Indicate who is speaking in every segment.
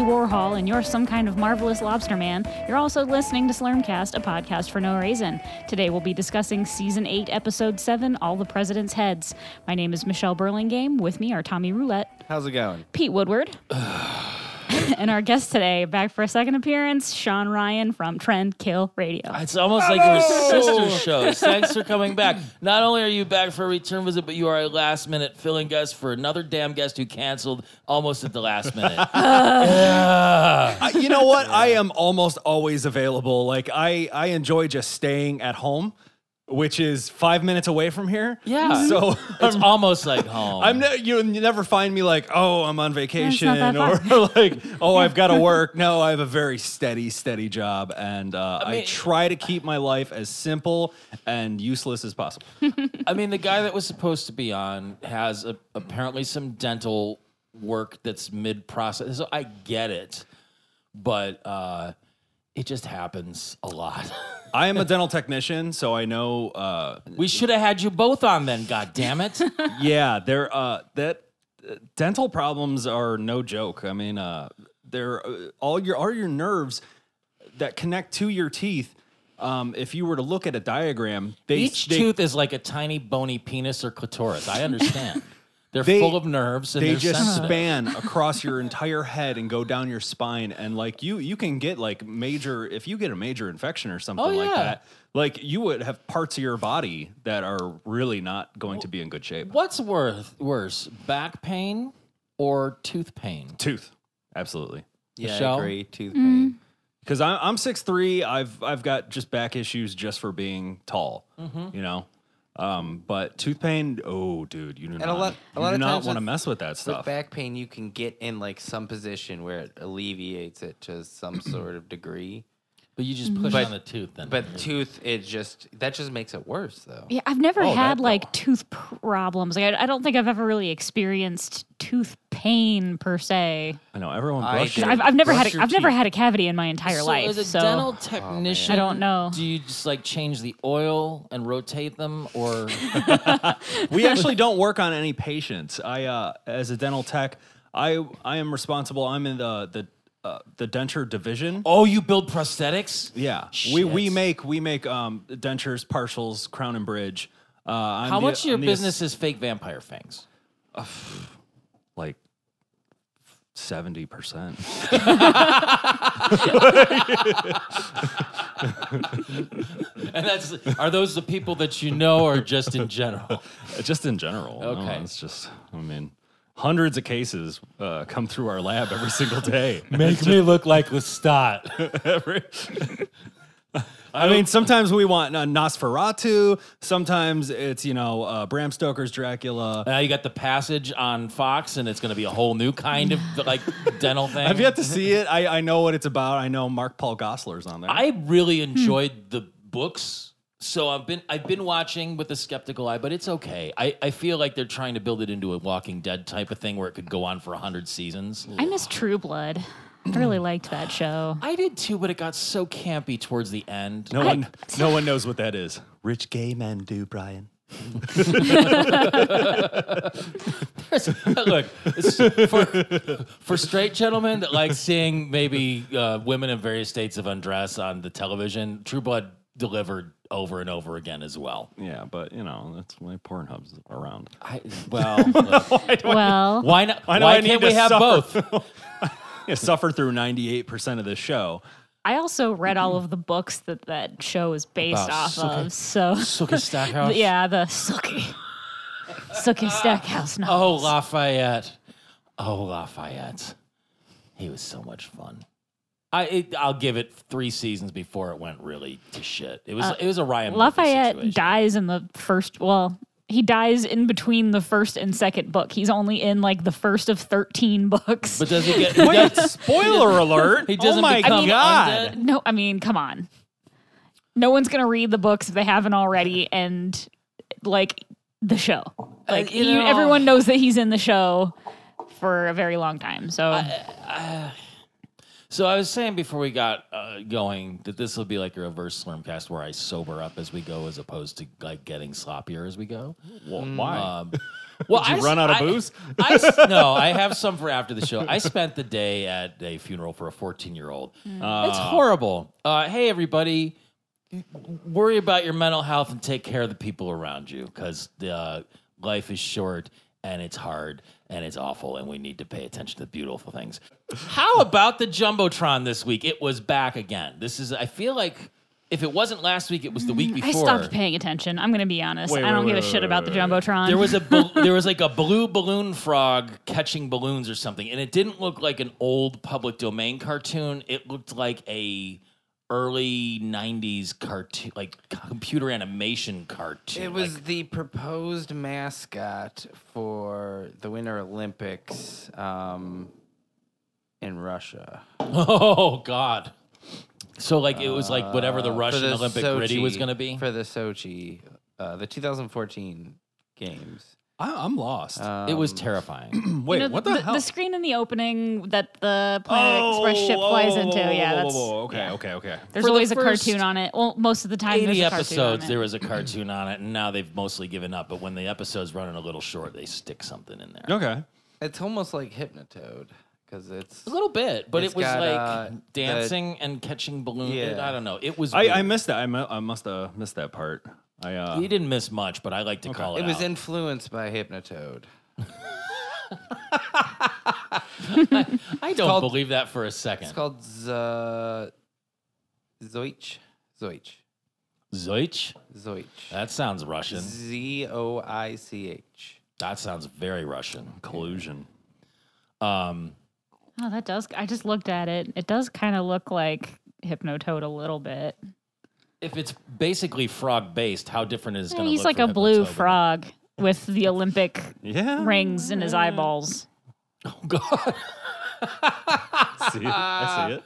Speaker 1: and you're some kind of marvelous lobster man, you're also listening to Slurmcast, a podcast for no reason. Today we'll be discussing Season 8, Episode 7, All the President's Heads. My name is Michelle Burlingame. With me are Tommy Roulette,
Speaker 2: How's it going?
Speaker 1: Pete Woodward, and our guest today, back for a second appearance, Sean Ryan from Trend Kill Radio.
Speaker 3: It's almost like we're sister shows. Thanks for coming back. Not only are you back for a return visit, but you are a last minute filling guest for another damn guest who canceled almost at the last minute.
Speaker 2: I, you know what? I am almost always available. Like I, I enjoy just staying at home, which is five minutes away from here.
Speaker 3: Yeah. Mm-hmm.
Speaker 2: So
Speaker 3: it's almost like home.
Speaker 2: I'm ne- you, you never find me like, oh, I'm on vacation
Speaker 1: that
Speaker 2: or
Speaker 1: far.
Speaker 2: like, oh, I've got to work. No, I have a very steady, steady job, and uh, I,
Speaker 3: mean-
Speaker 2: try to keep my life as simple and useless as possible.
Speaker 3: I mean, the guy that was supposed to be on has a, apparently some dental work that's mid process. So I get it, but uh, it just happens a lot.
Speaker 2: I am a dental technician, so I know. Uh,
Speaker 3: we should have had you both on then. God damn it!
Speaker 2: yeah, they're uh, that uh, dental problems are no joke. I mean, uh, they're uh, all your all your nerves that connect to your teeth. Um, if you were to look at a diagram, they,
Speaker 3: Each
Speaker 2: they,
Speaker 3: tooth is like a tiny bony penis or clitoris. I understand. They're
Speaker 2: They-
Speaker 3: full of nerves and
Speaker 2: they
Speaker 3: they are
Speaker 2: just
Speaker 3: sensitive.
Speaker 2: span across your entire head and go down your spine, and like you, you can get like major if you get a major infection or something
Speaker 3: Oh,
Speaker 2: like
Speaker 3: yeah.
Speaker 2: that. Like you would have parts of your body that are really not going to be in good shape.
Speaker 3: What's worth worse, back pain or tooth pain?
Speaker 2: Tooth, absolutely.
Speaker 4: Yeah,
Speaker 3: Michelle?
Speaker 4: I agree. Tooth pain.
Speaker 2: because I'm I'm six three. I've I've got just back issues just for being tall.
Speaker 4: Mm-hmm.
Speaker 2: You know. Um, but tooth pain, oh dude, you do not,
Speaker 4: a lot- a
Speaker 2: you
Speaker 4: lot
Speaker 2: do
Speaker 4: of
Speaker 2: not
Speaker 4: times
Speaker 2: want to
Speaker 4: with-
Speaker 2: mess with that
Speaker 4: With
Speaker 2: stuff.
Speaker 4: back pain, you can get in like some position where it alleviates it to some sort of degree.
Speaker 3: But you just push
Speaker 4: But-
Speaker 3: on the tooth then.
Speaker 4: But tooth, it just that just makes it worse though.
Speaker 1: Yeah, I've never
Speaker 3: Oh,
Speaker 1: had
Speaker 3: that
Speaker 1: like tooth problems. Like I, I don't think I've ever really experienced tooth pain per se.
Speaker 2: I know everyone
Speaker 4: I
Speaker 2: brushes.
Speaker 4: did.
Speaker 1: I've, I've never
Speaker 2: brush
Speaker 1: had a,
Speaker 2: your
Speaker 1: I've never
Speaker 2: teeth.
Speaker 1: had a cavity in my entire
Speaker 3: so
Speaker 1: life.
Speaker 3: as a
Speaker 1: so Oh,
Speaker 3: dental technician,
Speaker 1: I don't know.
Speaker 3: Do you just like change the oil and rotate them, or
Speaker 2: we actually don't work on any patients. I uh, as a dental tech, I I am responsible. I'm in the the uh, the denture division.
Speaker 3: oh, you build prosthetics?
Speaker 2: Yeah, we we
Speaker 3: Shit.
Speaker 2: make we make um dentures, partials, crown and bridge. Uh, I'm
Speaker 3: How
Speaker 2: the-
Speaker 3: much of your
Speaker 2: I'm the ass-
Speaker 3: business is fake vampire fangs?
Speaker 2: like seventy percent.
Speaker 3: And that's are those the people that you know, or just in general?
Speaker 2: Uh, just in general. no,
Speaker 3: Okay.
Speaker 2: it's just, I mean, hundreds of cases uh, come through our lab every single day.
Speaker 3: Make me look like Lestat.
Speaker 2: Every- I mean, sometimes we want uh, Nosferatu. Sometimes it's, you know, uh, Bram Stoker's Dracula.
Speaker 3: Now you got the passage on Fox, and it's going to be a whole new kind of like dental thing.
Speaker 2: I've yet to see it. I, I know what it's about. I know Mark Paul Gossler's on there.
Speaker 3: I really enjoyed the books, so I've been I've been watching with a skeptical eye, but it's okay. I, I feel like they're trying to build it into a Walking Dead type of thing where it could go on for hundred seasons.
Speaker 1: I miss True Blood. I
Speaker 2: Mm.
Speaker 1: really liked that show.
Speaker 3: I did too, but it got so campy towards the end.
Speaker 2: no one, no one knows what that is. Rich gay men do, Brian.
Speaker 3: Look, it's- for, for straight gentlemen that like seeing maybe uh, women in various states of undress on the television, True Blood delivered over and over again as well.
Speaker 2: Yeah, but you know that's why Pornhub's around.
Speaker 3: I, well, look,
Speaker 1: Well,
Speaker 3: why not? Why,
Speaker 2: do I
Speaker 3: can't
Speaker 2: need
Speaker 3: we
Speaker 2: to
Speaker 3: have
Speaker 2: suffer?
Speaker 3: both?
Speaker 2: Yeah, suffer through ninety-eight percent of the show.
Speaker 1: I also read all of the books that that show is based
Speaker 3: About
Speaker 1: off
Speaker 3: Sookie.
Speaker 1: of. So
Speaker 3: Suka Stackhouse.
Speaker 1: yeah, the Sookie, Sookie Stackhouse
Speaker 3: Oh,
Speaker 1: novels.
Speaker 3: Lafayette. Oh, Lafayette. He was so much fun. I it, I'll give it three seasons before it went really to shit. It was it was a Ryan
Speaker 2: Oh,
Speaker 3: Murphy
Speaker 1: Uh, Lafayette
Speaker 3: situation.
Speaker 1: dies in the first. Well, he dies in between the first and second book. He's only in like the first of thirteen books.
Speaker 3: But does he get? he
Speaker 2: Wait,
Speaker 3: does-
Speaker 2: spoiler alert.
Speaker 3: He doesn't
Speaker 2: oh my
Speaker 3: become
Speaker 2: god.
Speaker 3: undead?
Speaker 1: no, I mean, come on. No one's gonna read the books if they haven't already, and like the show. Like
Speaker 3: you
Speaker 1: Uh, you-
Speaker 3: know-
Speaker 1: everyone knows that he's in the show for a very long time. So
Speaker 3: So I was saying before we got uh, uh, going that this will be like a reverse Slurmcast where I sober up as we go, as opposed to like getting sloppier as we go.
Speaker 2: Well, why?
Speaker 3: Um, well,
Speaker 2: Did you
Speaker 3: I s-
Speaker 2: run out of
Speaker 3: I-
Speaker 2: booze?
Speaker 3: I s- no, I have some for after the show. I spent the day at a funeral for a 14 year old. It's horrible. Uh, hey, everybody, worry about your mental health and take care of the people around you because uh, life is short and it's hard and it's awful and we need to pay attention to the beautiful things. How about the jumbotron this week? It was back again. This is I feel like if it wasn't last week, it was the week
Speaker 1: Mm, I
Speaker 3: before.
Speaker 1: stopped paying attention. I'm going to be honest.
Speaker 2: Wait,
Speaker 1: I don't
Speaker 2: wait,
Speaker 1: give a
Speaker 2: wait,
Speaker 1: shit
Speaker 2: wait,
Speaker 1: about the
Speaker 2: wait,
Speaker 1: jumbotron.
Speaker 3: There was a bal- there was like a blue balloon frog catching balloons or something, and it didn't look like an old public domain cartoon. It looked like a early '90s cartoon, like computer animation cartoon.
Speaker 4: It was the proposed mascot for the Winter Olympics um, in Russia.
Speaker 3: Like- oh God. So like it was like whatever
Speaker 2: Uh,
Speaker 3: the Russian
Speaker 4: for the
Speaker 3: Olympic
Speaker 4: Sochi,
Speaker 3: gritty was going to be.
Speaker 4: for the Sochi, uh, the 2014 games.
Speaker 2: I, I'm lost. Hmm,
Speaker 3: it was
Speaker 4: um,
Speaker 3: terrifying.
Speaker 2: Wait,
Speaker 1: Uh, You know,
Speaker 2: what the, hell? Oh,
Speaker 1: The screen in the opening that the Planet Express ship flies
Speaker 2: whoa,
Speaker 1: into.
Speaker 2: whoa,
Speaker 1: yeah,
Speaker 2: whoa,
Speaker 1: that's.
Speaker 2: whoa, whoa, okay, okay, okay.
Speaker 1: There's
Speaker 3: For the
Speaker 1: always a
Speaker 3: first
Speaker 1: cartoon on it. Well, most of the time, there's
Speaker 3: 80
Speaker 1: a cartoon on
Speaker 3: episodes
Speaker 1: it.
Speaker 3: there was a cartoon on it and now they've mostly given up but when the episode's running a little short they stick something in there
Speaker 2: Okay.
Speaker 4: It's almost like Hypnotoad because it's
Speaker 3: A little bit, but
Speaker 4: It's
Speaker 3: it was
Speaker 4: got,
Speaker 3: like
Speaker 4: uh,
Speaker 3: dancing and catching balloons.
Speaker 4: Yeah.
Speaker 3: I don't know. It was.
Speaker 2: I,
Speaker 3: weird.
Speaker 2: I missed that. I, mu- I must have missed that part. I uh,
Speaker 3: we didn't miss much, but I like to call it.
Speaker 4: it was
Speaker 3: out.
Speaker 4: influenced by Hypnotoad.
Speaker 3: I don't
Speaker 4: called-
Speaker 3: believe that for a second.
Speaker 4: It's called Z- Zoich. Zoich.
Speaker 3: Zoich.
Speaker 4: Zoich.
Speaker 3: That sounds Russian.
Speaker 4: Z O I C H.
Speaker 3: That sounds very Russian.
Speaker 2: collusion.
Speaker 1: Oh, that does. I just looked at it. It does kind of look like Hypnotoad a little bit.
Speaker 3: If it's basically frog based, how different is it going to
Speaker 1: He's
Speaker 3: look?
Speaker 1: like a
Speaker 3: for
Speaker 1: blue
Speaker 3: Hypnotoad?
Speaker 1: frog with the Olympic
Speaker 2: Yeah.
Speaker 1: rings in his eyeballs.
Speaker 3: Oh God.
Speaker 2: I see it. I see it.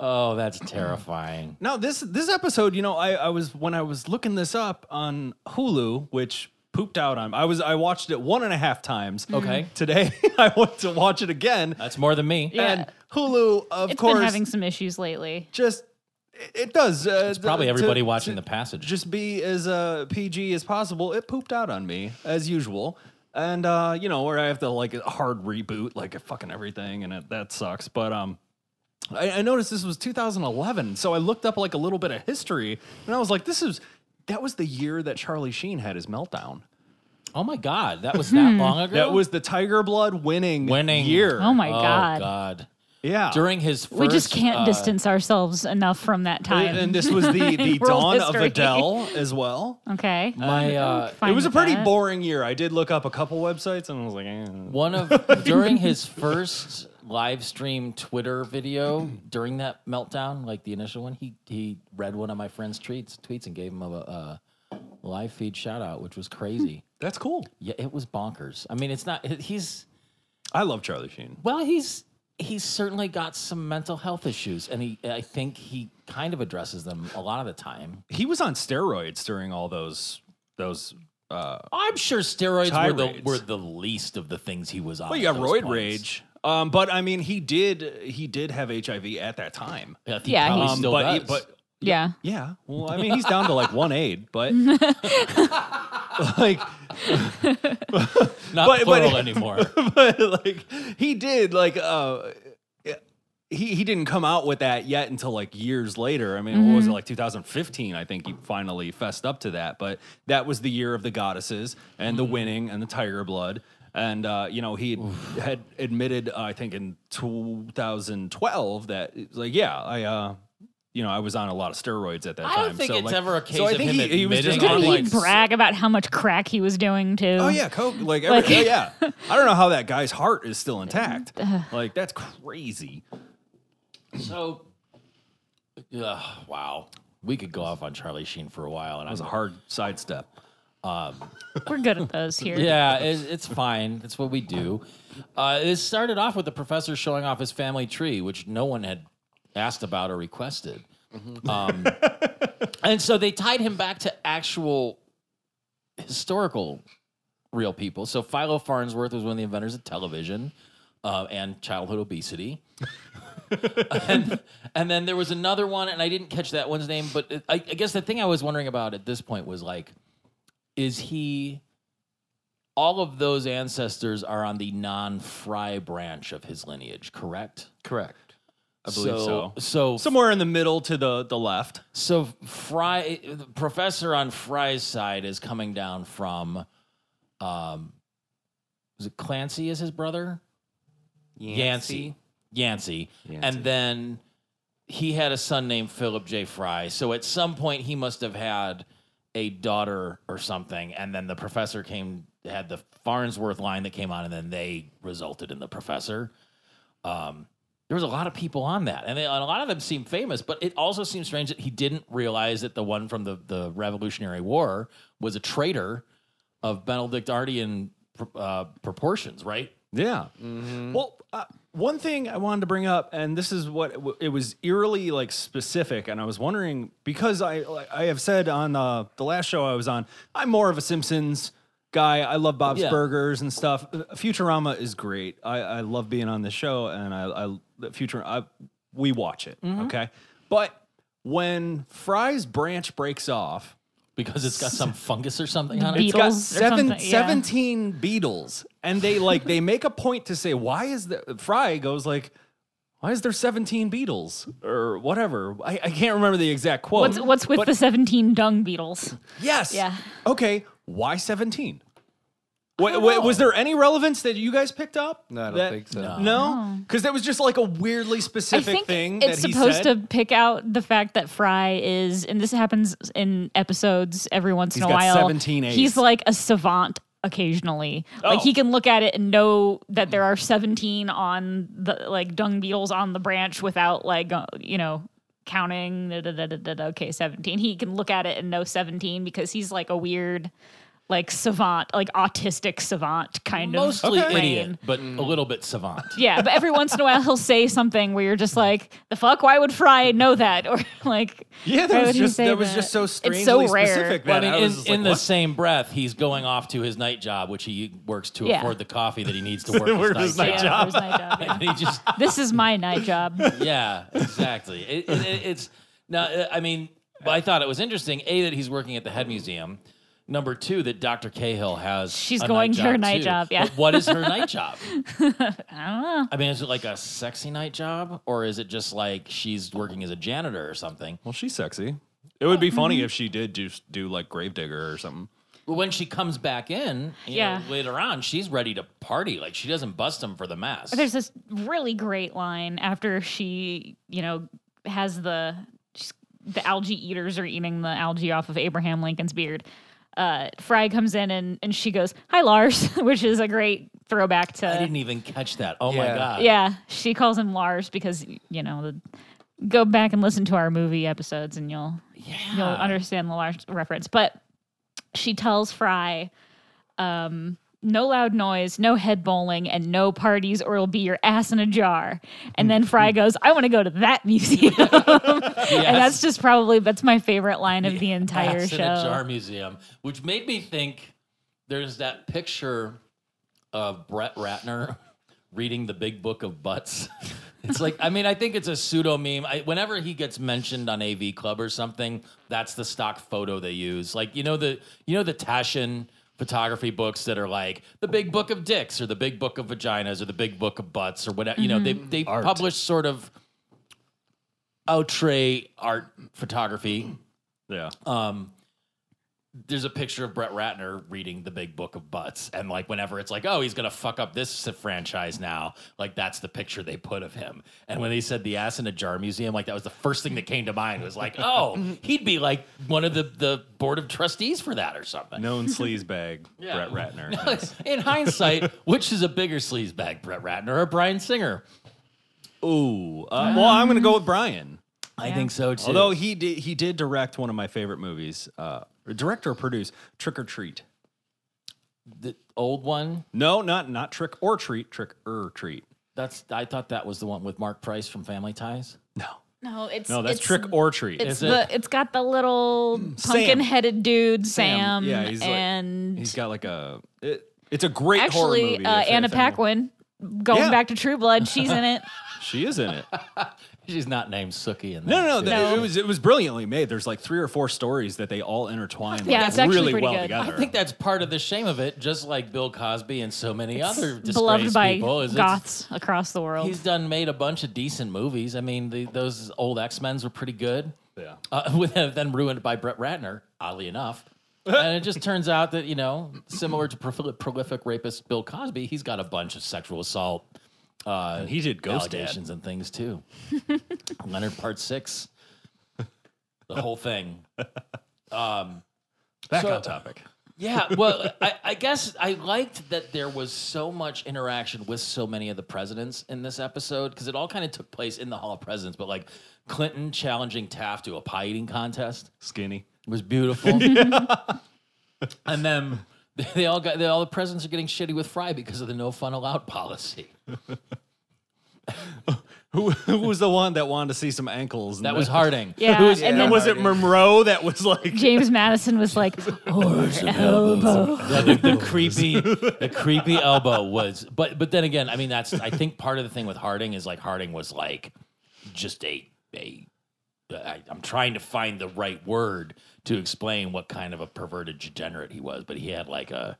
Speaker 3: Oh, that's terrifying.
Speaker 2: Now this this episode, you know, I, I was when I was looking this up on Hulu, which pooped out on. I was I watched it one and a half times.
Speaker 1: Mm-hmm.
Speaker 3: Okay. Uh,
Speaker 2: Today I went to watch it again,
Speaker 3: That's more than me.
Speaker 1: Yeah.
Speaker 2: and Hulu, of
Speaker 1: It's
Speaker 2: course,
Speaker 1: been having some issues lately.
Speaker 2: just it, it does. Uh, it's
Speaker 3: Probably everybody watching the passage.
Speaker 2: just be as uh, PG as possible. It pooped out on me as usual, and uh, you know where I have to like hard reboot like fucking everything, and it, that sucks. But um, I, I noticed this was 2011, so I looked up like a little bit of history, and I was like, this is that was the year that Charlie Sheen had his meltdown.
Speaker 3: oh my God, that was that long ago.
Speaker 2: That was the Tiger Blood winning
Speaker 3: winning
Speaker 2: year.
Speaker 1: Hmm. Oh my
Speaker 3: Oh
Speaker 1: god.
Speaker 3: God.
Speaker 2: Yeah.
Speaker 3: During his first,
Speaker 1: We just can't
Speaker 3: uh,
Speaker 1: distance ourselves enough from that time.
Speaker 2: and this was the, the
Speaker 1: World
Speaker 2: dawn of
Speaker 1: history.
Speaker 2: Adele as well.
Speaker 1: Okay.
Speaker 3: My uh,
Speaker 2: It was a pretty boring year. I did look up a couple websites and I was like, eh.
Speaker 3: One of during his first live stream Twitter video during that meltdown, like the initial one, he he read one of my friend's tweets tweets and gave him a, a live feed shout out, which was crazy.
Speaker 2: that's cool.
Speaker 3: Yeah, it was bonkers. I mean, it's not he's
Speaker 2: I love Charlie Sheen.
Speaker 3: well, he's he's certainly got some mental health issues, and he I think he kind of addresses them a lot of the time.
Speaker 2: He was on steroids during all those those. Uh,
Speaker 3: I'm sure steroids were the,
Speaker 2: Tirades.
Speaker 3: were the least of the things he was on.
Speaker 2: well, you
Speaker 3: at
Speaker 2: got
Speaker 3: those
Speaker 2: roid
Speaker 3: points.
Speaker 2: rage. Um, but I mean, he did he did have HIV at that time.
Speaker 3: I think He
Speaker 1: Yeah,
Speaker 3: yeah,
Speaker 1: he-
Speaker 3: probably
Speaker 2: Um,
Speaker 3: still
Speaker 2: but he-
Speaker 3: does.
Speaker 2: but
Speaker 1: Yeah.
Speaker 2: yeah, well, I mean, he's down to like one aid, but like
Speaker 3: not
Speaker 2: but- but-
Speaker 3: plural anymore.
Speaker 2: but like he did like uh he, he didn't come out with that yet until like years later. I mean, what
Speaker 3: Mm-hmm.
Speaker 2: was it like 2015? I think he finally fessed up to that. But that was the year of the goddesses and
Speaker 3: Mm-hmm.
Speaker 2: the winning and the tiger blood. And uh, you know, he had, had admitted, uh, I think in 2012 that it's like, yeah, I uh, you know, I was on a lot of steroids at that
Speaker 3: I
Speaker 2: time.
Speaker 3: don't think
Speaker 2: so,
Speaker 3: it's
Speaker 2: like-
Speaker 3: ever a
Speaker 2: so
Speaker 3: case
Speaker 2: I
Speaker 3: of
Speaker 2: think
Speaker 3: him
Speaker 2: he, he was just
Speaker 3: admitting
Speaker 2: on
Speaker 3: it.
Speaker 1: Didn't
Speaker 2: like
Speaker 1: he brag about how much crack he was doing too?
Speaker 2: Oh yeah, coke. Like, every,
Speaker 1: Like-
Speaker 2: oh, yeah. I don't know how that guy's heart is still intact. Like that's crazy.
Speaker 3: So, ugh, wow, we could go off on Charlie Sheen for a while, and I
Speaker 2: That was
Speaker 3: was
Speaker 2: a hard sidestep.
Speaker 1: We're good at those here.
Speaker 3: yeah, it, it's fine. That's what we do. Uh, it started off with the professor showing off his family tree, which no one had asked about or requested, um, and so they tied him back to actual historical real people. So Philo Farnsworth was one of the inventors of television uh, and childhood obesity. and, and then there was another one, and I didn't catch that one's name. But it, I, I guess the thing I was wondering about at this point was like, is he? All of those ancestors are on the non-Fry branch of his lineage, correct?
Speaker 4: Correct.
Speaker 2: I believe so.
Speaker 3: So, so,
Speaker 2: Somewhere in the middle to the the left.
Speaker 3: so Fry, the professor on Fry's side is coming down from, um, was it Clancy? Is his brother? Yancey. Yancey.
Speaker 2: Yancey.
Speaker 3: And then he had a son named Philip J. Fry. So at some point he must have had a daughter or something. And then the professor came had the Farnsworth line that came on, and then they resulted in the professor. Um there was a lot of people on that, and, they, and a lot of them seem famous. But it also seems strange that he didn't realize that the one from the, the Revolutionary War was a traitor of Benedictarian uh, proportions, right?
Speaker 2: Yeah. Well, uh, one thing I wanted to bring up, and this is what it was eerily like specific, and I was wondering because I like, I have said on uh, the last show I was on, I'm more of a Simpsons guy. I love Bob's
Speaker 3: Yeah.
Speaker 2: Burgers and stuff. Uh, Futurama is great. I, I love being on this show, and I, I Future I, we watch it. Okay, but when Fry's branch breaks off,
Speaker 3: Because it's got some fungus or something on it.
Speaker 2: it's got
Speaker 1: Beatles or
Speaker 2: seven,
Speaker 1: something, yeah.
Speaker 2: 17 Beatles, and they like they make a point to say why is the Fry goes like, why is there seventeen Beatles or whatever? I, I can't remember the exact quote.
Speaker 1: What's what's with
Speaker 2: but-
Speaker 1: the seventeen dung beetles?
Speaker 2: yes?
Speaker 1: Yeah.
Speaker 2: Okay. Why seventeen? Wa- wa- was there any relevance that you guys picked up?
Speaker 4: No, I don't
Speaker 2: That-
Speaker 4: think so.
Speaker 2: No, because that was just like a weirdly
Speaker 1: I
Speaker 2: specific
Speaker 1: think
Speaker 2: thing.
Speaker 1: it's
Speaker 2: that he
Speaker 1: supposed
Speaker 2: said.
Speaker 1: to pick out the fact that Fry is, and this happens in episodes every once in
Speaker 2: He's
Speaker 1: a
Speaker 2: got
Speaker 1: while.
Speaker 2: 17 A's.
Speaker 1: He's like a savant occasionally. Like
Speaker 2: Oh.
Speaker 1: he can look at it and know that there are 17 on the like dung beetles on the branch without like uh, you know counting. Da, da, da, da, da, da, okay, 17. He can look at it and know 17 because he's like a weird like savant, like autistic savant kind of
Speaker 3: Mostly
Speaker 1: brain.
Speaker 3: idiot, but
Speaker 2: Mm.
Speaker 3: a little bit savant.
Speaker 1: Yeah, but every once in a while he'll say something where you're just like, "The fuck? Why would Fry know that?" Or like,
Speaker 2: Yeah,
Speaker 1: why
Speaker 2: that was
Speaker 1: would he
Speaker 2: just
Speaker 1: say
Speaker 2: that was just so strangely
Speaker 1: It's so rare.
Speaker 2: specific.
Speaker 3: Well, I
Speaker 2: Man,
Speaker 3: mean, in,
Speaker 2: was just
Speaker 3: in the
Speaker 2: like,
Speaker 3: same breath, he's going off to his night job, which he works to
Speaker 1: Yeah.
Speaker 3: afford the coffee that he needs to work his
Speaker 2: Work
Speaker 3: night,
Speaker 2: his
Speaker 1: Yeah,
Speaker 2: night
Speaker 3: job.
Speaker 1: it was night job, yeah.
Speaker 3: And he just,
Speaker 1: This is my night job.
Speaker 3: yeah, exactly. It, it, it- it's now. uh, I mean, but I thought it was interesting. A that he's working at the head museum. Number two, that Dr. Cahill has.
Speaker 1: She's
Speaker 3: a
Speaker 1: going
Speaker 3: night
Speaker 1: to her
Speaker 3: job,
Speaker 1: night
Speaker 3: too.
Speaker 1: job, yeah.
Speaker 3: But what is her night job? I don't know. I mean, is it like a sexy night job, or is it just like she's working as a janitor or something?
Speaker 2: Well, she's sexy. It would
Speaker 1: Mm-hmm.
Speaker 2: be funny if she did just do like Gravedigger or something.
Speaker 3: But when she comes back in, you
Speaker 1: Yeah.
Speaker 3: know, later on, she's ready to party. Like she doesn't bust him for the mess.
Speaker 1: There's this really great line after she, you know, has the she's, the algae eaters are eating the algae off of Abraham Lincoln's beard. Uh, Fry comes in and and she goes, "Hi, Lars," which is a great throwback to
Speaker 3: I didn't even catch that. Oh my
Speaker 4: Yeah.
Speaker 3: god.
Speaker 1: Yeah, she calls him Lars because you know the. Go back and listen to our movie episodes, and you'll you'll understand the Lars reference. But she tells Fry, um, "No loud noise, no head bowling, and no parties, or it'll be your ass in a jar." And then Fry
Speaker 2: Mm-hmm.
Speaker 1: goes, "I want to go to that museum," and that's just probably that's my favorite line of the entire
Speaker 3: Cats
Speaker 1: show.
Speaker 3: in a jar museum, which made me think there's that picture of Brett Ratner reading the Big Book of Butts. It's like I mean I think it's a pseudo meme. I, whenever he gets mentioned on AV Club or something, that's the stock photo they use. Like you know the you know the Tashin photography books that are like the Big Book of Dicks or the Big Book of Vaginas or the Big Book of Butts or whatever. You know they
Speaker 1: Mm-hmm.
Speaker 3: they publish sort of outre art photography Um,
Speaker 2: Yeah.
Speaker 3: there's a picture of Brett Ratner reading the Big Book of Butts, and like whenever it's like, oh, he's gonna fuck up this franchise now, like that's the picture they put of him. And when they said the ass in a jar museum, like that was the first thing that came to mind was like, oh, he'd be like one of the the board of trustees for that or something.
Speaker 2: Known sleaze bag, Brett Ratner.
Speaker 3: In hindsight, which is a bigger sleaze bag, Brett Ratner or Brian Singer?
Speaker 2: Ooh. Uh, well, I'm gonna go with Brian.
Speaker 3: I think so too.
Speaker 2: Although he did, he did direct one of my favorite movies, uh, or direct or produce Trick or Treat.
Speaker 3: the old one,
Speaker 2: No, not not Trick or Treat. Trick or Treat.
Speaker 3: that's I thought that was the one with Mark Price from Family Ties.
Speaker 2: No,
Speaker 1: no, it's
Speaker 2: no, that's
Speaker 1: it's-
Speaker 2: Trick or Treat.
Speaker 1: It's
Speaker 3: Is it-
Speaker 1: the it's got the little pumpkin headed dude Sam,
Speaker 2: Yeah, he's like-
Speaker 1: and
Speaker 2: He's got like a. It, it's a great horror
Speaker 1: actually
Speaker 2: movie.
Speaker 1: uh,
Speaker 2: if-
Speaker 1: Anna
Speaker 2: if anyone-
Speaker 1: Paquin going
Speaker 2: Yeah.
Speaker 1: back to True Blood she's in it
Speaker 2: She is in it.
Speaker 3: She's not named Suki in that.
Speaker 2: No, no, no,
Speaker 3: too.
Speaker 2: that- It was it was brilliantly made. There's like three or four stories that they all intertwine.
Speaker 1: Yeah,
Speaker 2: like,
Speaker 1: it's actually
Speaker 2: really
Speaker 1: pretty
Speaker 2: well
Speaker 1: good.
Speaker 2: together.
Speaker 3: I think that's part of the shame of it, just like Bill Cosby and so many other disgraced
Speaker 1: beloved by
Speaker 3: people. is it's-
Speaker 1: goths across the world.
Speaker 3: He's done made a bunch of decent movies. I mean, the, those old X Men's were pretty good.
Speaker 2: Yeah.
Speaker 3: uh, with then ruined by Brett Ratner, oddly enough. and it just turns out that you know, similar to prol- prolific rapist Bill Cosby, he's got a bunch of sexual assault uh,
Speaker 2: he did Ghost Dad.
Speaker 3: allegations and things too. Leonard Part Six, the whole thing.
Speaker 2: Back
Speaker 3: So-
Speaker 2: on topic.
Speaker 3: Yeah, well, I, I guess I liked that there was so much interaction with so many of the presidents in this episode because it all kind of took place in the Hall of Presidents. But like Clinton challenging Taft to a pie eating contest
Speaker 2: Skinny.
Speaker 3: was beautiful, and then they all got they, all the presidents are getting shitty with Fry because of the no fun allowed policy.
Speaker 2: Who, who was the one that wanted to see some ankles?
Speaker 3: That was Harding.
Speaker 1: yeah,
Speaker 2: Who was,
Speaker 1: and
Speaker 2: and
Speaker 1: then
Speaker 2: was it Monroe that was like
Speaker 1: James Madison was like, "Oh, "Or elbow."
Speaker 3: Yeah, the, the creepy, the creepy elbow was. But but then again, I mean, that's I think part of the thing with Harding is like Harding was like just a a. I, I'm trying to find the right word to explain what kind of a perverted degenerate he was, but he had like a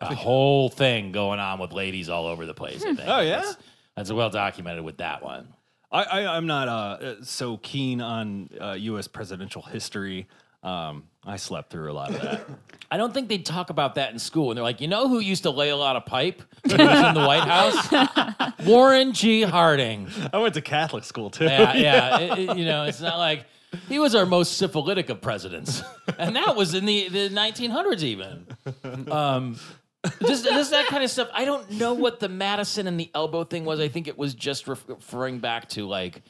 Speaker 3: a whole thing going on with ladies all over the place. I think.
Speaker 2: Oh, yeah?
Speaker 3: that's, that's well documented with that one.
Speaker 2: I, I I'm not uh, uh, so keen on uh, U.S. presidential history. Um, I slept through a lot of that.
Speaker 3: I don't think they talk about that in school. And they're like, you know who used to lay a lot of pipe when he was in the White House? Warren G. Harding.
Speaker 2: I went to Catholic school too.
Speaker 3: Yeah, yeah. It- it- you know, it's not like he was our most syphilitic of presidents, and that was in the, the 1900s even. Um, just, just that kind of stuff. I don't know what the Madison and the elbow thing was. I think it was just ref- referring back to like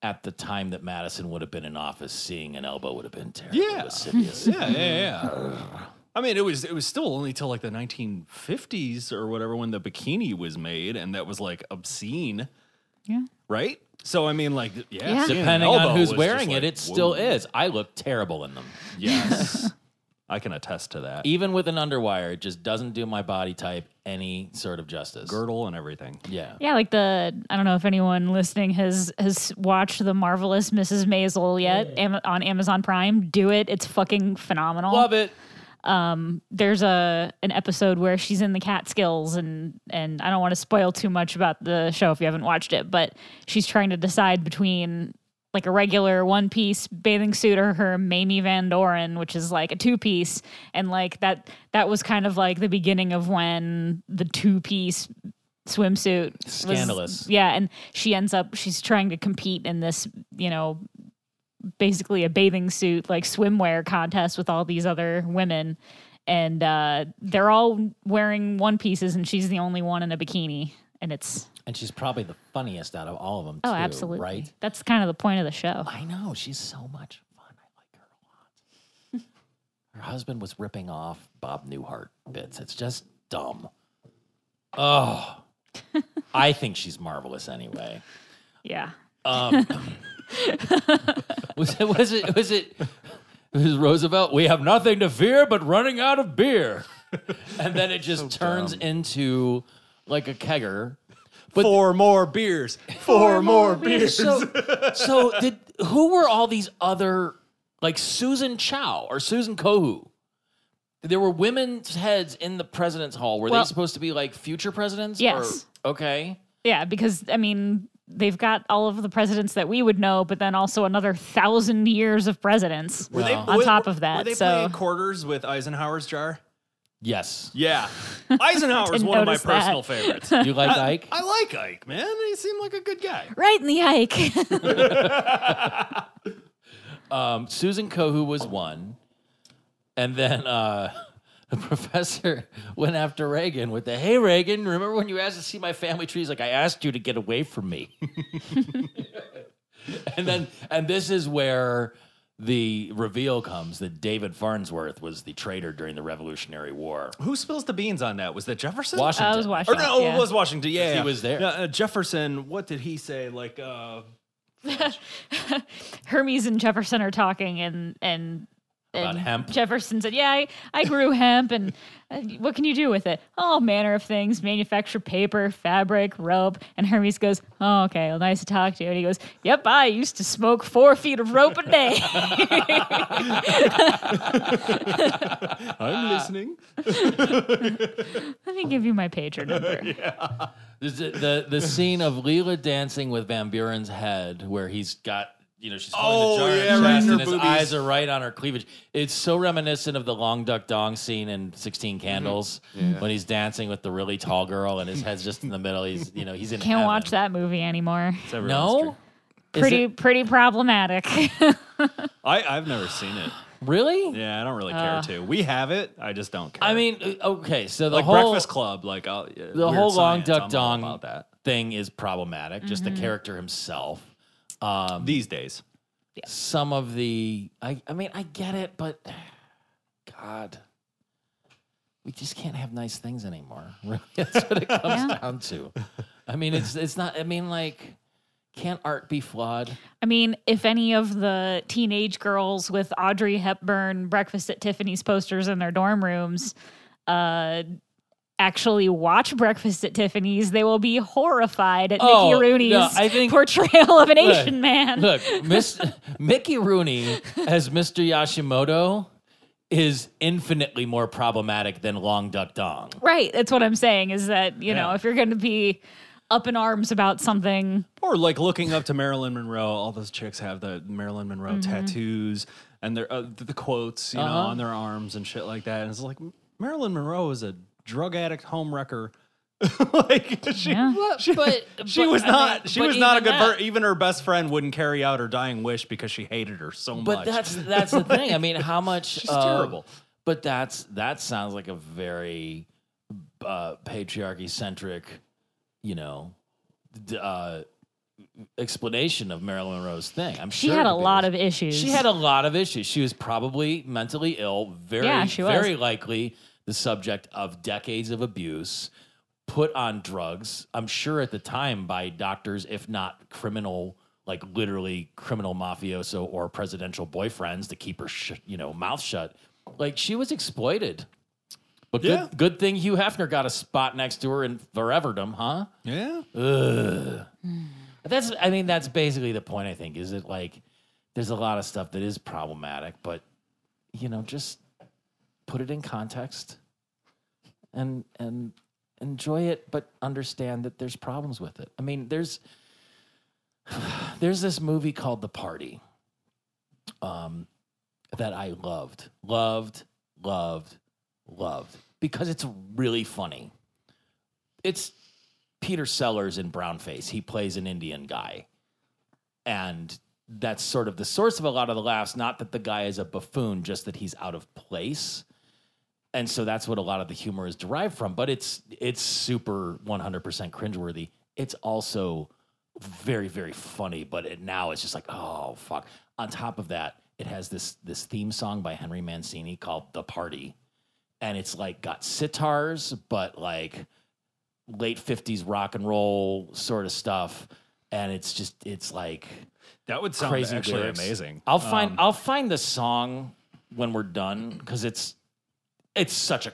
Speaker 3: at the time that Madison would have been in office, seeing an elbow would have been terrible.
Speaker 2: Yeah. yeah, yeah, yeah. I mean, it was it was still only till like the 1950s or whatever when the bikini was made, and that was like obscene,
Speaker 1: Yeah.
Speaker 2: right? So I mean, like, yeah,
Speaker 1: Yeah.
Speaker 2: seeing an
Speaker 3: Depending
Speaker 2: elbow
Speaker 3: on who's
Speaker 2: was
Speaker 3: wearing
Speaker 2: just
Speaker 3: it,
Speaker 2: like,
Speaker 3: it still
Speaker 2: whoa.
Speaker 3: is. I look terrible in them.
Speaker 2: Yes, E- I can attest to that.
Speaker 3: Even with an underwire, it just doesn't do my body type any sort of justice.
Speaker 2: Girdle and everything.
Speaker 3: Yeah.
Speaker 1: Yeah, like the I don't know if anyone listening has has watched the marvelous Mrs. Maisel yet Am- on Amazon Prime. Do it; it's fucking phenomenal.
Speaker 3: Love it.
Speaker 1: There's a an episode where she's in the Catskills, and and I don't want to spoil too much about the show if you haven't watched it, but she's trying to decide between like a regular one piece bathing suit or her Mamie Van Doren, which is like a two piece, and like that that was kind of like the beginning of when the two piece swimsuit was-
Speaker 3: Scandalous.
Speaker 1: yeah and she ends up she's trying to compete in this you know basically a bathing suit like swimwear contest with all these other women and uh, they're all wearing one pieces and she's the only one in a bikini and it's
Speaker 3: And she's probably the funniest out of all of them.
Speaker 1: oh
Speaker 3: too,
Speaker 1: absolutely
Speaker 3: Right?
Speaker 1: that's kind of the point of the show
Speaker 3: I know. She's so much fun. I like her a lot. her husband was ripping off Bob Newhart bits. It's just dumb. Oh. I think she's marvelous anyway.
Speaker 1: yeah
Speaker 3: Um, was it was it was it was Roosevelt? We have nothing to fear but running out of beer, and then it just turns into like a kegger. But
Speaker 2: Four more beers. Four more beers.
Speaker 3: So, so did who were all these other like Susan Chow or Susan Kohu? There were women's heads in the president's hall. Were
Speaker 1: Well-
Speaker 3: they supposed to be like future presidents? or-
Speaker 1: Yes.
Speaker 3: okay.
Speaker 1: yeah because i mean they've got all of the presidents that we would know but then also another thousand years of presidents
Speaker 2: Were they-
Speaker 1: on
Speaker 2: were-
Speaker 1: top
Speaker 2: were-
Speaker 1: of that
Speaker 2: were they
Speaker 1: so
Speaker 2: playing quarters with Eisenhower's jar?
Speaker 3: Yes.
Speaker 2: Yeah, Eisenhower's one of my
Speaker 1: notice that.
Speaker 2: personal favorites.
Speaker 3: You like Ike?
Speaker 2: I like Ike, man. He seemed like a good guy.
Speaker 1: right in the hike
Speaker 3: Um, Susan Kohu was one, and then uh, the professor went after Reagan with the "Hey Reagan, remember when you asked to see my family tree?" He's like, "I asked you to get away from me." and then, and this is where the reveal comes that David Farnsworth was the traitor during the Revolutionary War.
Speaker 2: Who spills the beans on that? Was that Jefferson?
Speaker 3: Washington.
Speaker 1: i was
Speaker 2: Or
Speaker 1: watching
Speaker 2: no,
Speaker 1: yeah.
Speaker 2: it was Washington. Yeah,
Speaker 3: He
Speaker 2: yeah.
Speaker 3: was there.
Speaker 2: No, uh, Jefferson. What did he say? Like, uh,
Speaker 1: Hermes and Jefferson are talking, and and
Speaker 3: About hemp.
Speaker 1: Jefferson said, "Yeah, I, I grew hemp, and uh, what can you do with it? All manner of things: manufacture paper, fabric, rope." And Hermes goes, "Oh, okay. Well, nice to talk to you." And he goes, "Yep, I used to smoke four feet of rope a day."
Speaker 2: I'm listening.
Speaker 1: Let me give you my pager number.
Speaker 3: There's The, the the scene of Leela dancing with Van Buren's head, where he's got you know she's holding
Speaker 2: Oh,
Speaker 3: the jar
Speaker 2: yeah,
Speaker 3: in her chest,
Speaker 2: right in her
Speaker 3: and his
Speaker 2: boobies.
Speaker 3: eyes are right on her cleavage. It's so reminiscent of the Long Duck Dong scene in
Speaker 2: Mm-hmm.
Speaker 3: Sixteen Candles when he's dancing with the really tall girl, and his head's just in the middle. He's you know he's in
Speaker 1: Can't
Speaker 3: heaven.
Speaker 1: watch that movie anymore.
Speaker 3: No, Is
Speaker 1: Pretty,
Speaker 3: it-
Speaker 1: pretty problematic.
Speaker 2: I, I've never seen it.
Speaker 3: really.
Speaker 2: Yeah, I don't really care to. We have it. I just don't care.
Speaker 3: I mean, uh, okay, so the
Speaker 2: like
Speaker 3: whole
Speaker 2: Breakfast Club, like I'll, yeah,
Speaker 3: the
Speaker 2: Weird
Speaker 3: whole Long
Speaker 2: Science, I'm
Speaker 3: Duck
Speaker 2: all
Speaker 3: Dong
Speaker 2: about that
Speaker 3: thing is problematic. Just
Speaker 1: Mm-hmm.
Speaker 3: the character himself. Um,
Speaker 2: these days.
Speaker 3: some of the I, I mean I get it, but God. We just can't have nice things anymore. Really, that's what it comes
Speaker 1: Yeah.
Speaker 3: down to. I mean, it's it's not I mean like can't art be flawed?
Speaker 1: I mean, if any of the teenage girls with Audrey Hepburn Breakfast at Tiffany's posters in their dorm rooms uh, actually watch Breakfast at Tiffany's, they will be horrified at
Speaker 3: Oh, no,
Speaker 1: Mickey Rooney's
Speaker 3: I think-
Speaker 1: portrayal of an
Speaker 3: Look,
Speaker 1: Asian man.
Speaker 3: Look, Miss Mickey Rooney as Mr. Yashimoto is infinitely more problematic than Long Duck Dong.
Speaker 1: Right. That's what I'm saying is that, you know,
Speaker 3: Yeah.
Speaker 1: if you're going to be up in arms about something,
Speaker 2: Or like looking up to Marilyn Monroe. All those chicks have the Marilyn Monroe
Speaker 1: Mm-hmm.
Speaker 2: tattoos and their uh, the quotes, you know,
Speaker 1: Uh-huh.
Speaker 2: on their arms and shit like that. And it's like Marilyn Monroe is a drug addict, home wrecker. like she,
Speaker 1: yeah.
Speaker 3: But, but
Speaker 2: she was not. she was not a good. ver- even her best friend wouldn't carry out her dying wish because she hated her so
Speaker 3: But
Speaker 2: much.
Speaker 3: that's that's the thing. I mean, how much?
Speaker 2: She's
Speaker 3: of-
Speaker 2: terrible.
Speaker 3: But that's that sounds like a very uh, patriarchy centric, you know, d- uh, explanation of Marilyn Monroe's thing. I'm
Speaker 1: She
Speaker 3: sure
Speaker 1: had a
Speaker 3: that
Speaker 1: lot
Speaker 3: there
Speaker 1: of issues.
Speaker 3: was- She had a lot of issues. She was probably mentally ill. Very,
Speaker 1: Yeah, she was.
Speaker 3: very likely the subject of decades of abuse. Put on drugs, I'm sure at the time by doctors, if not criminal, like literally criminal mafioso or presidential boyfriends to keep her, sh- you know, mouth shut. Like she was exploited. But good,
Speaker 2: Yeah.
Speaker 3: good thing Hugh Hefner got a spot next to her in Foreverdom, huh?
Speaker 2: yeah.
Speaker 3: That's I mean that's basically the point I think is it like there's a lot of stuff that is problematic, but you know just put it in context and and enjoy it, but understand that there's problems with it. I mean there's there's this movie called The Party, um, that I loved, loved, loved, loved because it's really funny. It's Peter Sellers in Brownface. He plays an Indian guy. And that's sort of the source of a lot of the laughs. Not that the guy is a buffoon, just that he's out of place. And so that's what a lot of the humor is derived from. But it's it's super 100% cringeworthy. It's also very very funny. But it, now it's just like oh fuck. On top of that, it has this this theme song by Henry Mancini called "The Party," and it's like got sitars, but like late 50s rock and roll sort of stuff and it's just it's like
Speaker 2: That would sound
Speaker 3: crazy
Speaker 2: actually
Speaker 3: lyrics.
Speaker 2: amazing. Um,
Speaker 3: i'll find i'll find the song when we're done because it's it's such a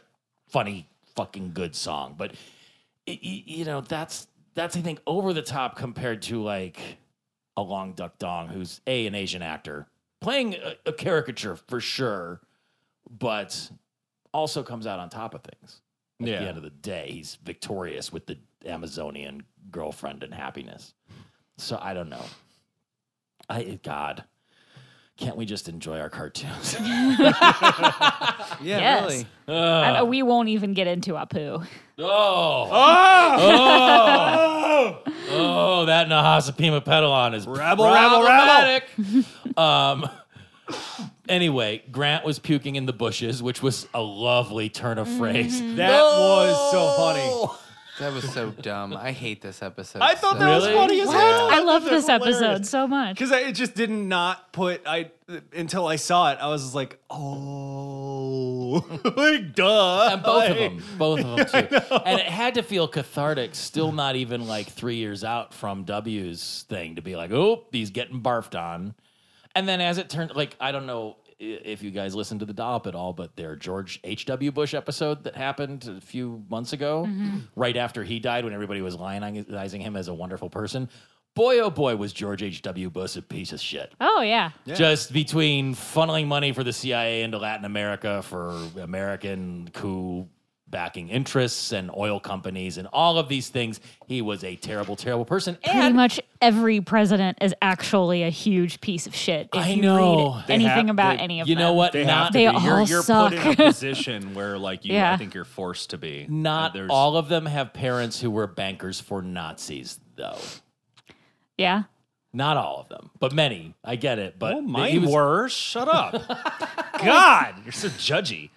Speaker 3: funny fucking good song but y- y- you know that's that's i think over the top compared to like a long duck dong who's a an asian actor playing a, a caricature for sure but also comes out on top of things at
Speaker 2: Yeah.
Speaker 3: the end of the day he's victorious with the amazonian girlfriend and happiness so i don't know i god can't we just enjoy our cartoons
Speaker 4: Yeah,
Speaker 1: Yes.
Speaker 4: really.
Speaker 1: I-
Speaker 3: uh,
Speaker 1: we won't even get into Apu.
Speaker 3: oh oh oh that nahasapima pedalon is
Speaker 2: Rabble, rabble,
Speaker 3: problematic. um anyway grant was puking in the bushes which was a lovely turn of phrase
Speaker 2: That was so funny.
Speaker 4: That was so dumb. I hate this episode.
Speaker 2: I thought
Speaker 4: so
Speaker 2: that was
Speaker 3: Really?
Speaker 2: funny as
Speaker 1: What?
Speaker 2: hell.
Speaker 1: I love
Speaker 2: thought that
Speaker 1: this
Speaker 2: was hilarious.
Speaker 1: episode so much.
Speaker 2: Because it just did not put I until I saw it, I was just like, oh, like duh.
Speaker 3: And both of
Speaker 2: Like,
Speaker 3: them, both of them too. and it had to feel cathartic. Still not even like three years out from W's thing to be like, oh, he's getting barfed on. And then as it turned, like I don't know if you guys listen to the dollop at all, but their George H.W. Bush episode that happened a few months ago, right after he died, when everybody was lionizing him as a wonderful person. Boy, oh boy, was George H.W. Bush a piece of shit.
Speaker 1: Oh yeah.
Speaker 3: Just between funneling money for the CIA into Latin America for American coup backing interests and oil companies and all of these things, he was a terrible, terrible person.
Speaker 1: Pretty
Speaker 3: And
Speaker 1: much every president is actually a huge piece of shit. If
Speaker 3: I
Speaker 1: you
Speaker 3: know.
Speaker 1: read
Speaker 3: They
Speaker 1: anything
Speaker 2: have-
Speaker 1: about
Speaker 2: they-
Speaker 1: any of
Speaker 3: you
Speaker 1: them.
Speaker 3: know what?
Speaker 2: They
Speaker 3: Not
Speaker 2: have to be.
Speaker 1: They
Speaker 2: you're,
Speaker 1: all
Speaker 2: you're put in
Speaker 1: suck.
Speaker 2: a position where like you,
Speaker 1: Yeah.
Speaker 2: I think you're forced to be.
Speaker 3: Not
Speaker 2: There's-
Speaker 3: all of them have parents who were bankers for Nazis, though.
Speaker 1: Yeah.
Speaker 3: Not all of them, but many. I get it. But
Speaker 2: Well,
Speaker 3: he
Speaker 2: mine
Speaker 3: was-
Speaker 2: were. Oh, Shut up. God, you're so judgy.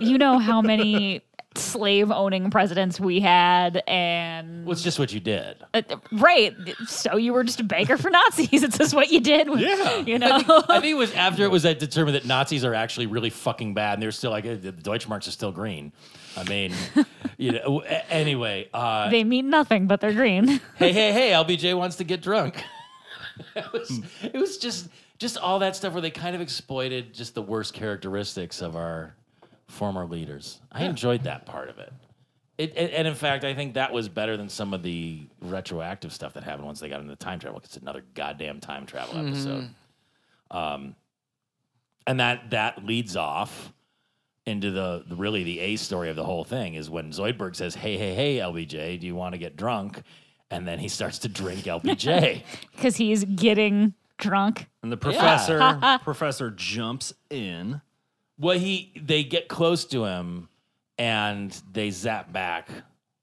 Speaker 1: You know how many slave owning presidents we had and
Speaker 3: was just what you did.
Speaker 1: uh, right so you were just a banker for nazis it's just what you did
Speaker 2: Yeah.
Speaker 1: you know
Speaker 3: I think it was after it was that determined that Nazis are actually really fucking bad, and they're still like eh, the Deutschmarks are still green. I mean, you know. w- a- Anyway, uh,
Speaker 1: they mean nothing but they're green
Speaker 3: hey, hey, hey, LBJ wants to get drunk. it, was, it was just just all that stuff where they kind of exploited just the worst characteristics of our former leaders. I enjoyed that part of it. It, and- and in fact, I think that was better than some of the retroactive stuff that happened once they got into time travel. 'cause It's another goddamn time travel episode. Um, and that that leads off into the, the- really the A story of the whole thing is when Zoidberg says, "Hey, hey, hey, LBJ, do you want to get drunk?" And then he starts to drink LBJ.
Speaker 1: because he's getting drunk
Speaker 2: And the professor professor jumps in.
Speaker 3: well, he they get close to him and they zap back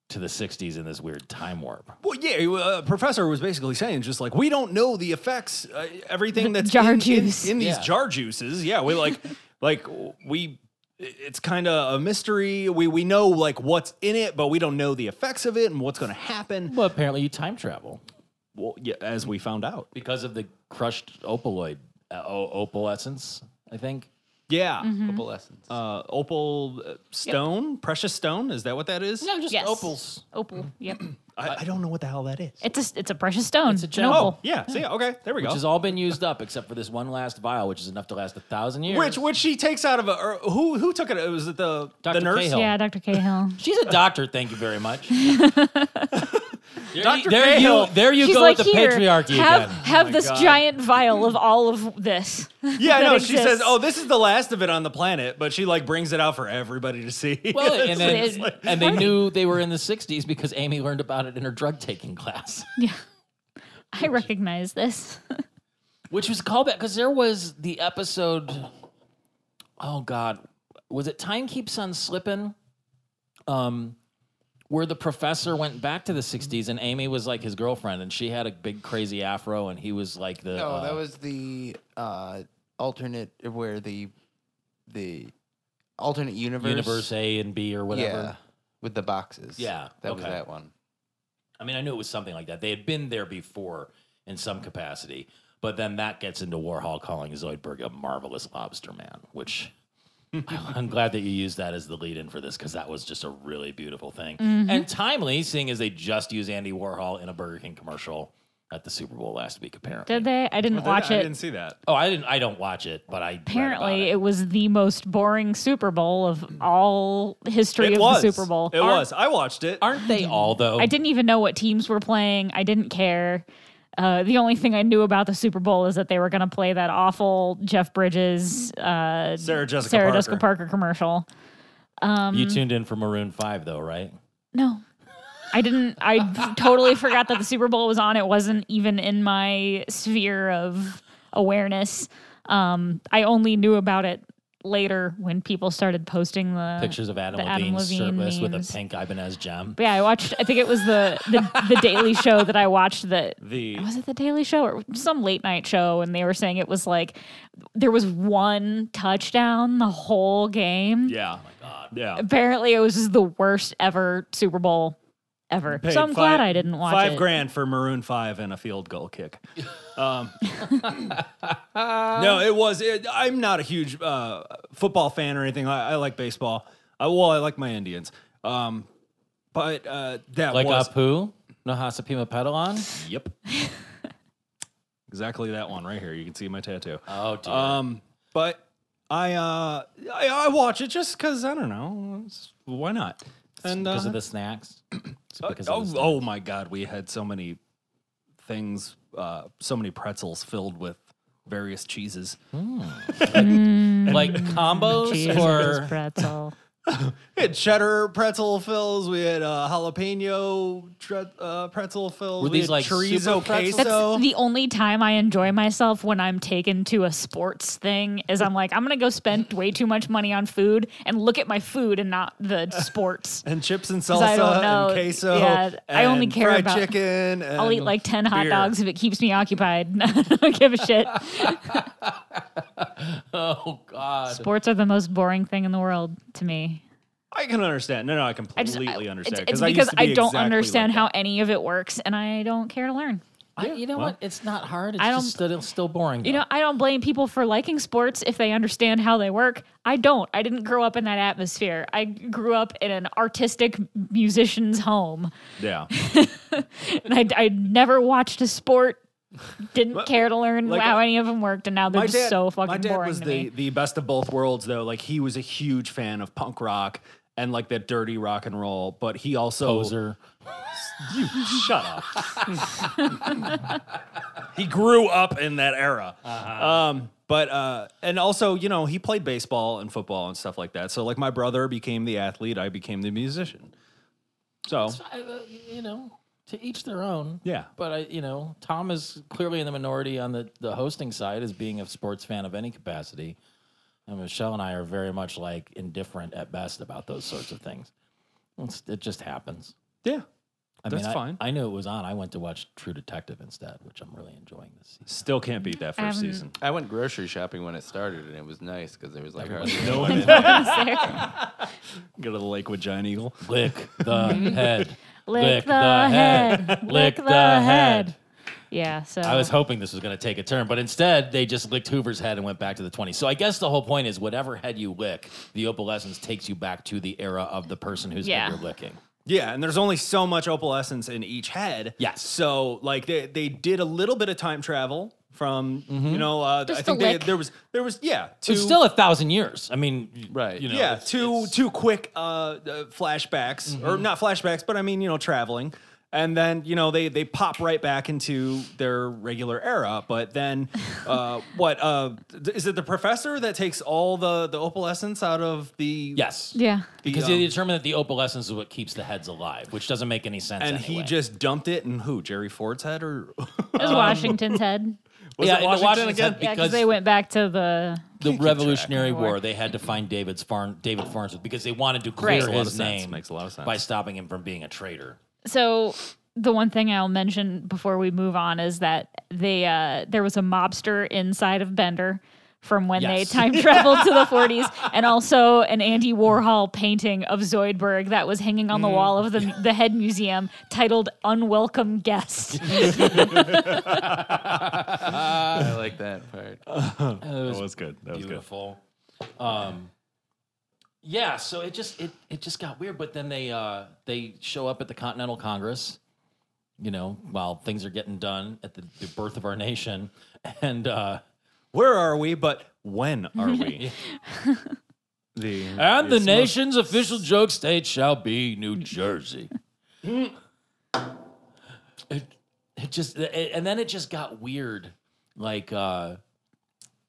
Speaker 3: to the '60s in this weird time warp.
Speaker 2: Well, yeah, uh, professor was basically saying just like we don't know the effects, uh, everything that's
Speaker 1: jar
Speaker 2: in, in-
Speaker 1: juice.
Speaker 2: in, these
Speaker 3: Yeah.
Speaker 2: jar juices. Yeah, we like like we it's kind of a mystery. We we know like what's in it, but we don't know the effects of it and what's going to happen.
Speaker 3: Well, apparently you time travel
Speaker 2: Well, yeah, as we found out.
Speaker 3: because of the crushed opaloid uh, o- opal essence. I think
Speaker 2: Yeah.
Speaker 1: Mm-hmm.
Speaker 4: Couple lessons.
Speaker 2: Uh, opal uh, stone, precious stone, is that what that is?
Speaker 3: just
Speaker 1: Yes.
Speaker 3: opals.
Speaker 1: opal yep
Speaker 2: I, I don't know what the hell that is.
Speaker 1: it's a it's a precious stone it's
Speaker 3: a
Speaker 1: an
Speaker 3: gem.
Speaker 1: opal
Speaker 2: Oh, yeah. See, okay, there we
Speaker 3: Which
Speaker 2: go.
Speaker 3: has all been used up except for this one last vial, which is enough to last a thousand years.
Speaker 2: which which she takes out of a or who who took it? Uh, Was it the the
Speaker 3: Dr.
Speaker 2: nurse?
Speaker 3: Cahill.
Speaker 1: yeah dr cahill
Speaker 3: She's a doctor, thank you very much.
Speaker 2: Dr.
Speaker 3: There you,
Speaker 2: Cahill.
Speaker 3: there you
Speaker 1: She's
Speaker 3: go
Speaker 1: like,
Speaker 3: with the
Speaker 1: here,
Speaker 3: patriarchy
Speaker 1: have,
Speaker 3: again. Oh
Speaker 1: Have this
Speaker 2: God.
Speaker 1: giant vial of all of this.
Speaker 2: Yeah, I
Speaker 1: that
Speaker 2: know. She says,
Speaker 1: exists.
Speaker 2: "Oh, this is the last of it on the planet," but she like brings it out for everybody to see.
Speaker 3: Well, and,
Speaker 1: It's
Speaker 3: then,
Speaker 1: like-
Speaker 3: and they knew they were in the 60s because Amy learned about it in her drug taking class,
Speaker 1: I recognize this.
Speaker 3: which was a callback because there was the episode. Oh, God. Was it Time Keeps on Slipping? Um, where the professor went back to the 60s and Amy was like his girlfriend and she had a big crazy afro and he was like the.
Speaker 4: No,
Speaker 3: uh,
Speaker 4: that was the uh, alternate where the the alternate universe.
Speaker 3: Universe A and B or whatever.
Speaker 4: Yeah, with the boxes.
Speaker 3: Yeah,
Speaker 4: that was
Speaker 3: okay.
Speaker 4: that one.
Speaker 3: I mean, I knew it was something like that. They had been there before in some capacity, but then that gets into Warhol calling Zoidberg a marvelous lobster man, which I'm glad that you used that as the lead in for this because that was just a really beautiful thing
Speaker 1: Mm-hmm.
Speaker 3: and timely, seeing as they just used Andy Warhol in a Burger King commercial at the Super Bowl last week. Apparently,
Speaker 1: Did they? I didn't watch
Speaker 2: I
Speaker 1: it.
Speaker 2: didn't see that.
Speaker 3: oh, I didn't. I don't watch it, but I read about
Speaker 1: Apparently,
Speaker 3: it.
Speaker 1: it. was the most boring Super Bowl of all history
Speaker 2: it
Speaker 1: of
Speaker 2: was
Speaker 1: the Super Bowl.
Speaker 2: It was. I watched it.
Speaker 3: aren't they all though?
Speaker 1: I didn't even know what teams were playing. I didn't care. Uh, the only thing I knew about the Super Bowl is that they were going to play that awful Jeff Bridges, uh,
Speaker 2: Sarah Jessica
Speaker 1: Sarah
Speaker 2: Parker.
Speaker 1: Jessica Parker commercial.
Speaker 3: you tuned in for Maroon Five though, right?
Speaker 1: No. I didn't. I totally forgot that the Super Bowl was on. It wasn't even in my sphere of awareness. Um, I only knew about it later when people started posting the
Speaker 3: Pictures of Adam
Speaker 1: the
Speaker 3: Levine
Speaker 1: Adam Levine
Speaker 3: shirtless with
Speaker 1: memes.
Speaker 3: a pink Ibanez gem.
Speaker 1: But yeah, I watched. I think it was the the, the Daily Show that I watched. That
Speaker 2: The
Speaker 1: was it. The Daily Show or some late night show, and they were saying it was like there was one touchdown the whole game.
Speaker 2: yeah, oh my God, yeah.
Speaker 1: Apparently, it was just the worst ever Super Bowl ever.
Speaker 2: Paid
Speaker 1: so I'm glad
Speaker 2: five-
Speaker 1: I didn't watch
Speaker 2: five
Speaker 1: it.
Speaker 2: grand for Maroon Five and a field goal kick. Um, no, it was. It, I'm not a huge uh, football fan or anything. I, I like baseball. I, well, I like my Indians. Um, but uh, that
Speaker 3: Like
Speaker 2: was
Speaker 3: Apu, no Hasapima Petalon.
Speaker 2: Yep. exactly that one right here. You can see my tattoo.
Speaker 3: Oh, dear.
Speaker 2: Um, But I uh I, I watch it just because I don't know it's- why not. And
Speaker 3: because
Speaker 2: uh,
Speaker 3: of the snacks. It's
Speaker 2: uh,
Speaker 3: because
Speaker 2: oh,
Speaker 3: of the snacks.
Speaker 2: oh my God, we had so many things, uh, so many pretzels filled with various cheeses. oh.
Speaker 3: like combos
Speaker 1: Cheese
Speaker 3: or
Speaker 1: pretzel.
Speaker 2: We had cheddar pretzel fills. We had uh, jalapeno tre- uh, pretzel fills.
Speaker 3: Were
Speaker 2: we
Speaker 3: these,
Speaker 2: had
Speaker 3: like,
Speaker 2: chorizo
Speaker 3: super pretzels?
Speaker 1: That's
Speaker 2: queso?
Speaker 1: the only time I enjoy myself when I'm taken to a sports thing is I'm like, I'm gonna go spend way too much money on food and look at my food and not the sports.
Speaker 2: and chips and
Speaker 1: 'Cause I don't
Speaker 2: salsa and
Speaker 1: know.
Speaker 2: queso.
Speaker 1: Yeah, I only
Speaker 2: and
Speaker 1: care
Speaker 2: fried
Speaker 1: about-
Speaker 2: chicken. And
Speaker 1: I'll eat like 10 hot
Speaker 2: beer.
Speaker 1: dogs if it keeps me occupied. I don't give a shit.
Speaker 3: oh god.
Speaker 1: Sports are the most boring thing in the world to me.
Speaker 2: I can understand. No, no, I
Speaker 1: I just,
Speaker 2: completely
Speaker 1: I-
Speaker 2: understand.
Speaker 1: It's, it's
Speaker 2: I used
Speaker 1: because
Speaker 2: to
Speaker 1: I
Speaker 2: be
Speaker 1: don't
Speaker 2: exactly like
Speaker 1: understand
Speaker 2: that.
Speaker 1: how any of it works and I don't care to learn.
Speaker 3: I, you know
Speaker 2: well.
Speaker 3: what? It's not hard. It's
Speaker 1: I
Speaker 3: just still, still boring.
Speaker 1: You
Speaker 3: though.
Speaker 1: know, I don't blame people for liking sports if they understand how they work. I don't. I didn't grow up in that atmosphere. I grew up in an artistic musician's home.
Speaker 2: Yeah.
Speaker 1: And I, I never watched a sport, didn't care to learn
Speaker 2: like,
Speaker 1: how
Speaker 2: uh,
Speaker 1: any of them worked, and now they're
Speaker 2: my
Speaker 1: just
Speaker 2: dad,
Speaker 1: so fucking
Speaker 2: my dad
Speaker 1: boring
Speaker 2: was
Speaker 1: to
Speaker 2: the,
Speaker 1: me.
Speaker 2: the best of both worlds though like he was a huge fan of punk rock and like that dirty rock and roll but he also
Speaker 3: Poser.
Speaker 2: you shut up he grew up in that era um but uh and also you know he played baseball and football and stuff like that so like my brother became the athlete i became the musician so
Speaker 3: I, uh, you know, to each their own.
Speaker 2: Yeah.
Speaker 3: But I, you know, Tom is clearly in the minority on the the hosting side as being a sports fan of any capacity. And Michelle and I are very much like indifferent at best about those sorts of things. It's, it just happens.
Speaker 2: yeah
Speaker 3: I
Speaker 2: That's
Speaker 3: mean, I-
Speaker 2: fine.
Speaker 3: I, knew it was on. I went to watch True Detective instead, which I'm really enjoying this season.
Speaker 2: still can't beat that first
Speaker 1: Um,
Speaker 2: season
Speaker 4: I went grocery shopping when it started, and it was nice because there was like "Oh, hardly
Speaker 2: no
Speaker 4: anyone.
Speaker 2: one
Speaker 1: Sarah,
Speaker 2: go to the lakewood giant eagle
Speaker 3: Lick the head.
Speaker 1: Lick the head.
Speaker 3: Lick
Speaker 1: Lick
Speaker 3: the
Speaker 1: the head.
Speaker 3: head.
Speaker 1: yeah, so
Speaker 3: I was hoping this was going to take a turn, but instead they just licked Hoover's head and went back to the 20s. So I guess the whole point is whatever head you lick, the opalescence takes you back to the era of the person whose
Speaker 1: Yeah.
Speaker 3: head you're licking.
Speaker 2: Yeah, and there's only so much opal essence in each head.
Speaker 3: Yes.
Speaker 2: So like they they did a little bit of time travel from you know uh,
Speaker 1: Just
Speaker 2: I
Speaker 1: a
Speaker 2: think they,
Speaker 1: lick.
Speaker 2: there was there was yeah
Speaker 3: Mm-hmm.
Speaker 2: two
Speaker 3: It's still a thousand years. I mean, y-
Speaker 4: Right.
Speaker 3: You know,
Speaker 2: yeah
Speaker 3: it's- Mm-hmm.
Speaker 2: two two quick uh, uh, flashbacks or not flashbacks but I mean you know traveling and then you know they they pop right back into their regular era but then uh, what uh, th- is it the professor that takes all the the opal essence out of the
Speaker 3: yes.
Speaker 1: yeah.
Speaker 2: the,
Speaker 3: Because
Speaker 2: um,
Speaker 3: they determined that the opalescence is what keeps the heads alive, which doesn't make any sense.
Speaker 2: and he
Speaker 3: anyway.
Speaker 2: just dumped it in who Jerry Ford's head or
Speaker 1: It was Washington's head.
Speaker 2: was
Speaker 3: Yeah,
Speaker 2: it
Speaker 3: in the
Speaker 2: Washington,
Speaker 3: Washington's
Speaker 2: again
Speaker 3: head
Speaker 1: Yeah, because
Speaker 3: Because-
Speaker 1: they went back to the
Speaker 3: the Revolutionary
Speaker 1: anymore.
Speaker 3: War, they had to find David's Farn, David Farnsworth because they wanted to clear
Speaker 1: Makes a
Speaker 2: lot of
Speaker 3: his
Speaker 2: sense.
Speaker 3: name
Speaker 2: Makes a lot of sense.
Speaker 3: by stopping him from being a traitor.
Speaker 1: so the one thing I'll mention before we move on is that they uh, there was a mobster inside of Bender from when
Speaker 3: Yes.
Speaker 1: they time traveled to the 40s and also an Andy Warhol painting of Zoidberg that was hanging on the
Speaker 3: Mm.
Speaker 1: wall of the, the head museum titled Unwelcome Guest.
Speaker 4: I like that part.
Speaker 2: That was good. That was good.
Speaker 3: beautiful. Um, yeah, so it just it it just got weird. But then they uh, they show up at the Continental Congress, you know, while things are getting done at the, the birth of our nation, and uh,
Speaker 2: Where are we? But when are we? the
Speaker 3: and the nation's official joke state shall be New Jersey. it, it just it- and then it just got weird. Like uh,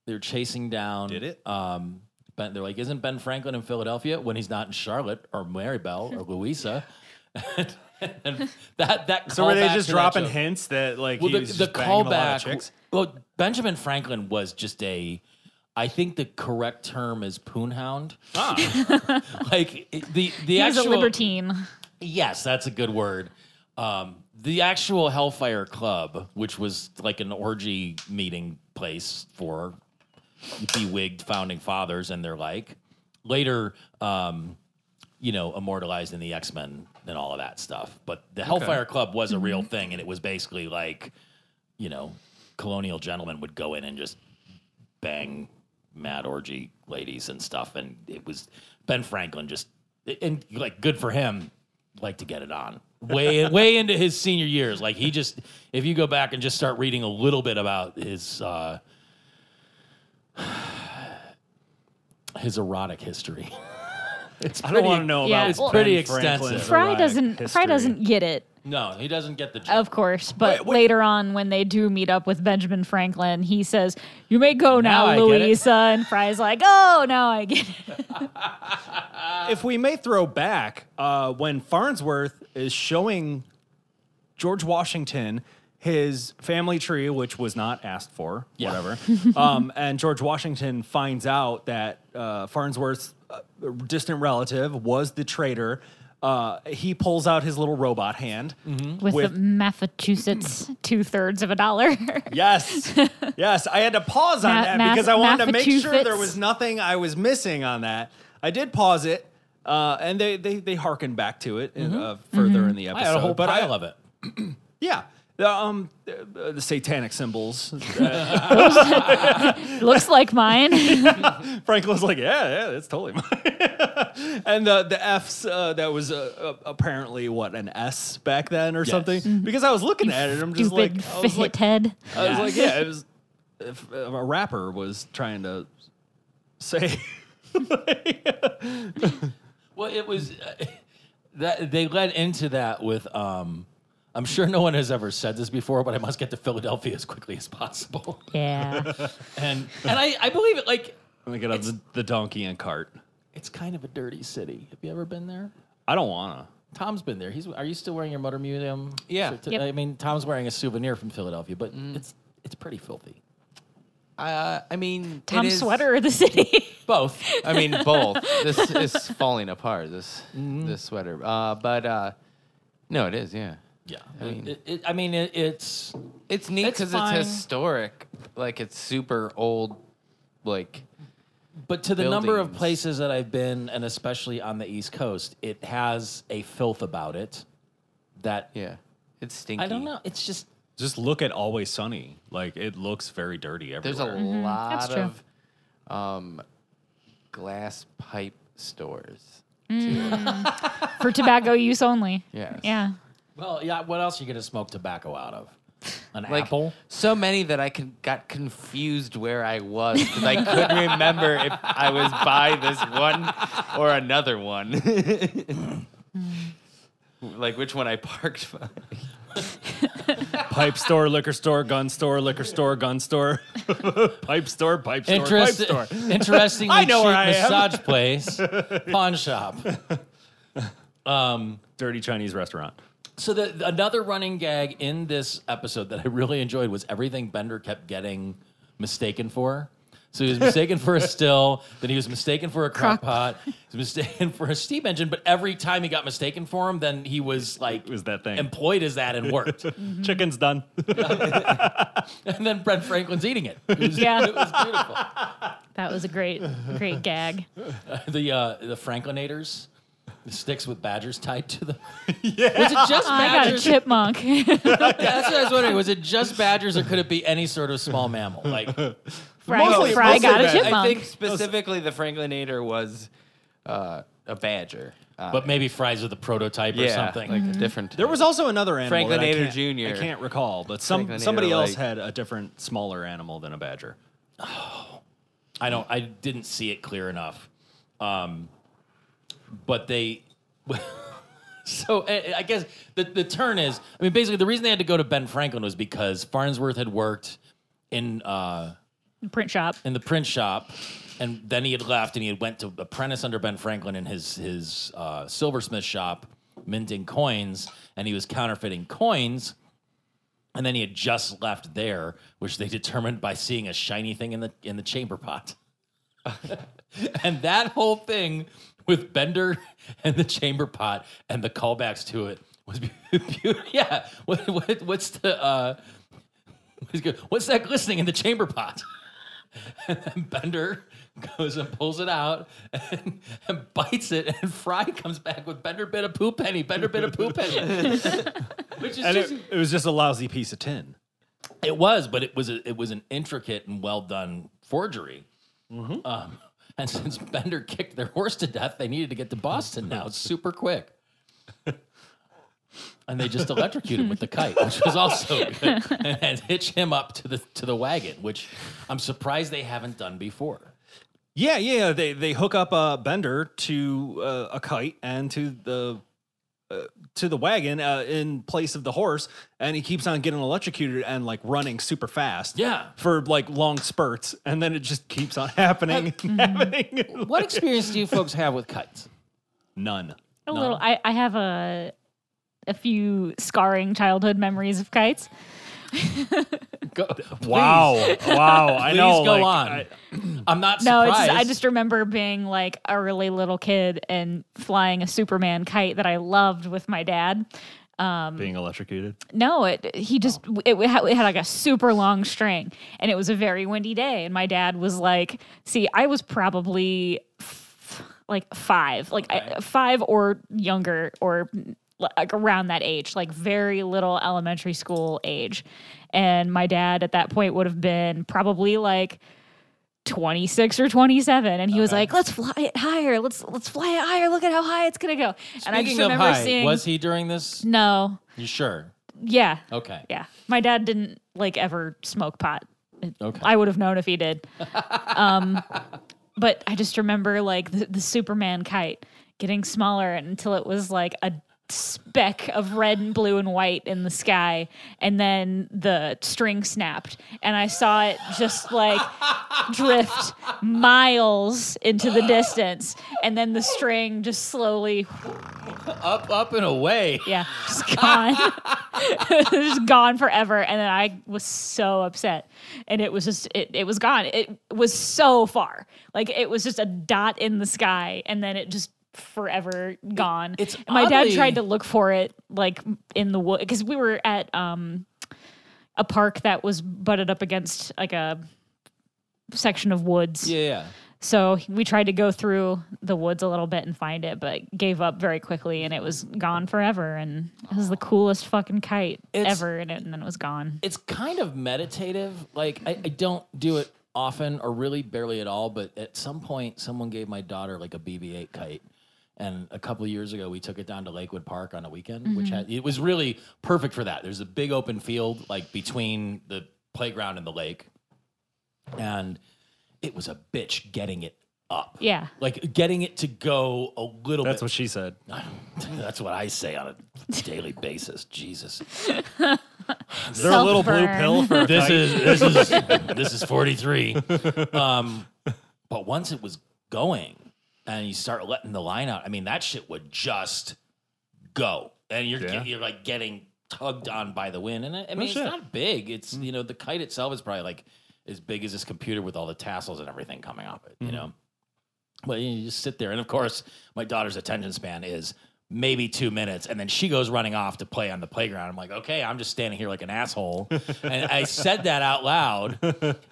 Speaker 3: they're chasing down.
Speaker 2: Did it?
Speaker 3: Um, ben, they're like, isn't Ben Franklin in Philadelphia when he's not in Charlotte or Marybelle or Louisa? and that that
Speaker 2: So were they
Speaker 3: callback
Speaker 2: just
Speaker 3: to that
Speaker 2: dropping
Speaker 3: joke-
Speaker 2: hints that like
Speaker 3: well,
Speaker 2: he
Speaker 3: the,
Speaker 2: was
Speaker 3: the
Speaker 2: just banging a lot of
Speaker 3: callback.
Speaker 2: chicks?
Speaker 3: Well, Benjamin Franklin was just a. I think the correct term is poonhound.
Speaker 2: Ah.
Speaker 3: like it- the the
Speaker 1: He's
Speaker 3: actual
Speaker 1: a libertine.
Speaker 3: Yes, that's a good word. Um, the actual Hellfire Club, which was like an orgy meeting place for bewigged founding fathers and their like, later, um, you know, immortalized in the X Men and all of that stuff. But the Hellfire Club was a real thing, and it was basically like, you know, colonial gentlemen would go in and just bang mad orgy ladies and stuff and it was ben franklin just and like good for him like to get it on way way into his senior years like he just if you go back and just start reading a little bit about his uh his erotic history. it's
Speaker 2: I don't want to know
Speaker 1: yeah,
Speaker 2: about.
Speaker 1: it's
Speaker 2: Ben
Speaker 3: pretty
Speaker 2: Franklin's
Speaker 3: extensive.
Speaker 2: erotic
Speaker 1: Fry doesn't. Fry
Speaker 2: history.
Speaker 1: doesn't get it,
Speaker 3: No, he doesn't get the joke.
Speaker 1: of course. But
Speaker 2: Wait, wait.
Speaker 1: later on, when they do meet up with Benjamin Franklin, he says, "You may go
Speaker 3: Now
Speaker 1: now,
Speaker 3: I get it."
Speaker 1: Louisa." And Fry's like, "Oh, now I get it."
Speaker 2: If we may throw back, uh, when Farnsworth is showing George Washington his family tree, which was not asked for,
Speaker 3: Yeah.
Speaker 2: whatever, um, and George Washington finds out that uh, Farnsworth's uh, distant relative was the traitor. Uh, he pulls out his little robot hand.
Speaker 1: With,
Speaker 2: With-
Speaker 1: the Massachusetts two thirds of a dollar.
Speaker 2: Yes, yes. I had to pause on
Speaker 1: Ma-
Speaker 2: that
Speaker 1: math-
Speaker 2: because I wanted to make sure there
Speaker 1: Massachusetts.
Speaker 2: was nothing I was missing on that. I did pause it, uh, and they they they hearken back to it in, uh, further in the
Speaker 3: Mm-hmm. I
Speaker 2: episode.
Speaker 3: had a whole
Speaker 2: but
Speaker 3: pile
Speaker 2: I,
Speaker 3: of it.
Speaker 2: yeah. The, um, the, the satanic symbols.
Speaker 1: Looks like mine.
Speaker 2: Franklin's like, yeah, yeah, that's totally mine. and the the F's uh, that was uh, uh, apparently what an S back then or something.
Speaker 3: Mm-hmm.
Speaker 2: Because I was looking at it, I'm just
Speaker 1: Stupid
Speaker 2: like, I was like,
Speaker 1: fit head.
Speaker 2: I was like, yeah, it was. If a rapper was trying to say,
Speaker 3: Well, it was that they led into that with. um I'm sure no one has ever said this before, but I must get to Philadelphia as quickly as possible.
Speaker 1: Yeah.
Speaker 3: And and I, I believe it. Like
Speaker 2: "Let me get out the, the donkey and cart."
Speaker 3: it's kind of a dirty city. Have you ever been there?
Speaker 2: I don't wanna.
Speaker 3: Tom's been there. He's. Are you still wearing your Motor Museum?
Speaker 4: Yeah.
Speaker 3: certi-
Speaker 1: Yep.
Speaker 3: I mean, Tom's wearing a souvenir from Philadelphia, but it's it's pretty filthy.
Speaker 4: Uh, I mean, it
Speaker 1: Tom
Speaker 4: is-
Speaker 1: Sweater of the city.
Speaker 3: Both.
Speaker 4: I mean, both. this is falling apart. This this sweater. Uh, but uh, no, it is. Yeah,
Speaker 3: yeah. I mean, it, it, I mean it, it's
Speaker 4: it's neat
Speaker 3: It's
Speaker 4: because it's,
Speaker 3: fine.
Speaker 4: historic. Like it's super old. Like
Speaker 3: But to the number of
Speaker 4: buildings.
Speaker 3: places that I've been, and especially on the East Coast, it has a filth about it that
Speaker 4: yeah, it's stinky.
Speaker 3: I don't know. It's just
Speaker 2: Just look at Always Sunny. Like it looks very dirty everywhere.
Speaker 4: There's a lot
Speaker 1: That's true.
Speaker 4: of um, glass pipe stores.
Speaker 1: For tobacco use only.
Speaker 4: Yes.
Speaker 1: Yeah.
Speaker 3: well, yeah. What else are you gonna smoke tobacco out of? An
Speaker 4: Like
Speaker 3: apple?
Speaker 4: so many that I con- got confused where I was because I couldn't remember if I was by this one or another one. like which one I parked by.
Speaker 2: pipe store, liquor store, gun store, liquor store, gun store, pipe store, pipe store,
Speaker 3: Interest-
Speaker 2: pipe store.
Speaker 3: interestingly
Speaker 2: I know where
Speaker 3: cheap
Speaker 2: I am.
Speaker 3: massage place, pawn shop.
Speaker 2: Dirty Chinese restaurant.
Speaker 3: So the, the- another running gag in this episode that I really enjoyed was everything Bender kept getting mistaken for. So he was mistaken for a still, then he was mistaken for a crock pot, he was mistaken for a steam engine, but every time he got mistaken for him, then he was like
Speaker 2: was that thing. Mm-hmm.
Speaker 3: employed as that and worked. and
Speaker 2: Chicken's done.
Speaker 3: then Brent Franklin's eating it. It was,
Speaker 1: Yeah.
Speaker 3: it was beautiful.
Speaker 1: That was a great, great gag.
Speaker 3: The uh, the Franklinators, the sticks with badgers tied to them. Was it just
Speaker 1: I got a
Speaker 3: badgers?
Speaker 1: chipmunk.
Speaker 3: That's what I was wondering. Was it just badgers or could it be any sort of small mammal? Like
Speaker 1: Fry,
Speaker 2: Mostly-
Speaker 1: Fry
Speaker 2: mostly
Speaker 1: got a
Speaker 2: that. I
Speaker 1: chipmunk.
Speaker 4: I think specifically the Franklinator was uh, a badger. Uh,
Speaker 3: but maybe fries with a prototype or something.
Speaker 4: like
Speaker 1: Mm-hmm.
Speaker 4: a different.
Speaker 2: There was also another animal. that I
Speaker 4: Franklinator
Speaker 2: can't-
Speaker 4: Jr..
Speaker 2: I can't recall, but some
Speaker 4: Franklinator,
Speaker 2: somebody else
Speaker 4: like-
Speaker 2: had a different, smaller animal than a badger.
Speaker 3: I don't. I didn't see it clear enough. Um, but they. so eh, I, I guess the the turn is. I mean, basically, the reason they had to go to Ben Franklin was because Farnsworth had worked in uh,
Speaker 1: Print shop.
Speaker 3: in the print shop, and then he had left and he had went to apprentice under Ben Franklin in his his uh, silversmith shop, minting coins, and he was counterfeiting coins. And then he had just left there, which they determined by seeing a shiny thing in the in the chamber pot. and that whole thing with Bender and the chamber pot and the callbacks to it was beautiful. Yeah, what, what, what's the uh, what's good- what's that glistening in the chamber pot? And Bender goes and pulls it out and, and bites it, and Fry comes back with Bender bit of poop penny, Bender bit of poop penny, which is
Speaker 2: And
Speaker 3: just
Speaker 2: it, it was just a lousy piece of tin.
Speaker 3: it was, but it was a, it was an intricate and well done forgery.
Speaker 2: Mm-hmm.
Speaker 3: Um, and since Bender kicked their horse to death, they needed to get to Boston now, super quick. And they just electrocuted him with the kite, which was also good, and hitch him up to the to the wagon, which I'm surprised they haven't done before.
Speaker 2: Yeah, yeah. They they hook up uh, Bender to uh, a kite and to the uh, to the wagon uh, in place of the horse, and he keeps on getting electrocuted and like running super fast.
Speaker 3: Yeah.
Speaker 2: for like long spurts, and then it just keeps on happening, and happening.
Speaker 3: What experience do you folks have with kites?
Speaker 2: None.
Speaker 1: A little. I, I have a a few scarring childhood memories of kites.
Speaker 3: Go,
Speaker 2: Wow, wow. I
Speaker 3: Please
Speaker 2: know.
Speaker 3: go
Speaker 2: like,
Speaker 3: on.
Speaker 2: I-
Speaker 3: I'm not
Speaker 1: No,
Speaker 3: surprised.
Speaker 1: it's just, I just remember being like a really little kid and flying a Superman kite that I loved with my dad.
Speaker 2: being electrocuted.
Speaker 1: No, it he just
Speaker 3: Oh.
Speaker 1: it, it had it had, like a super long string, and it was a very windy day. And my dad was like, "See, I was probably f- like five, like I, five or younger, or like around that age, like very little elementary school age." And my dad at that point would have been probably like 26 or 27 and he was like let's fly it higher let's let's fly it higher look at how high it's gonna go and i just
Speaker 3: Speaking of
Speaker 1: remember
Speaker 3: high,
Speaker 1: seeing
Speaker 3: was he during this?
Speaker 1: no
Speaker 3: You sure?
Speaker 1: yeah
Speaker 3: Okay.
Speaker 1: yeah. My dad didn't like ever smoke pot.
Speaker 3: Okay.
Speaker 1: I would have known if he did. Um, but I just remember like the, the Superman kite getting smaller until it was like a speck of red and blue and white in the sky and then the string snapped and i saw it just like drift miles into the distance and then the string just slowly
Speaker 3: Up, up and away.
Speaker 1: yeah, just gone. just gone forever. And then I was so upset. And it was just, it, it was gone. It was so far. Like it was just a dot in the sky. And then it just forever gone.
Speaker 3: it's
Speaker 1: And my dad
Speaker 3: oddly-
Speaker 1: tried to look for it like in the wood because we were at um, a park that was butted up against like a section of woods.
Speaker 3: Yeah. yeah.
Speaker 1: So we tried to go through the woods a little bit and find it, but gave up very quickly and it was gone forever. And it was the coolest fucking kite
Speaker 3: It's-
Speaker 1: ever. And, it, and then it was gone.
Speaker 3: It's kind of meditative. Like I, I don't do it often or really barely at all. But at some point, someone gave my daughter like a BB-8 kite. And a couple years ago, we took it down to Lakewood Park on a weekend, which had, it was really perfect for that. There's a big open field like between the playground and the lake, and it was a bitch getting it up.
Speaker 1: Yeah.
Speaker 3: like getting it to go a little
Speaker 2: That's
Speaker 3: bit
Speaker 2: what she said.
Speaker 3: That's what I say on a daily basis. Jesus.
Speaker 2: Is there a little blue
Speaker 1: Self-burn.
Speaker 2: pill for
Speaker 3: This is this is this is 43. Um but once it was going and you start letting the line out, I mean that shit would just go. And you're
Speaker 2: Yeah.
Speaker 3: you're like getting tugged on by the wind and I, I mean it's
Speaker 2: shit.
Speaker 3: not big. It's you know the kite itself is probably like as big as this computer with all the tassels and everything coming off it, you know. Well, you just sit there. And of course, my daughter's attention span is maybe two minutes. And then she goes running off to play on the playground. I'm like, okay, I'm just standing here like an asshole. and I said that out loud.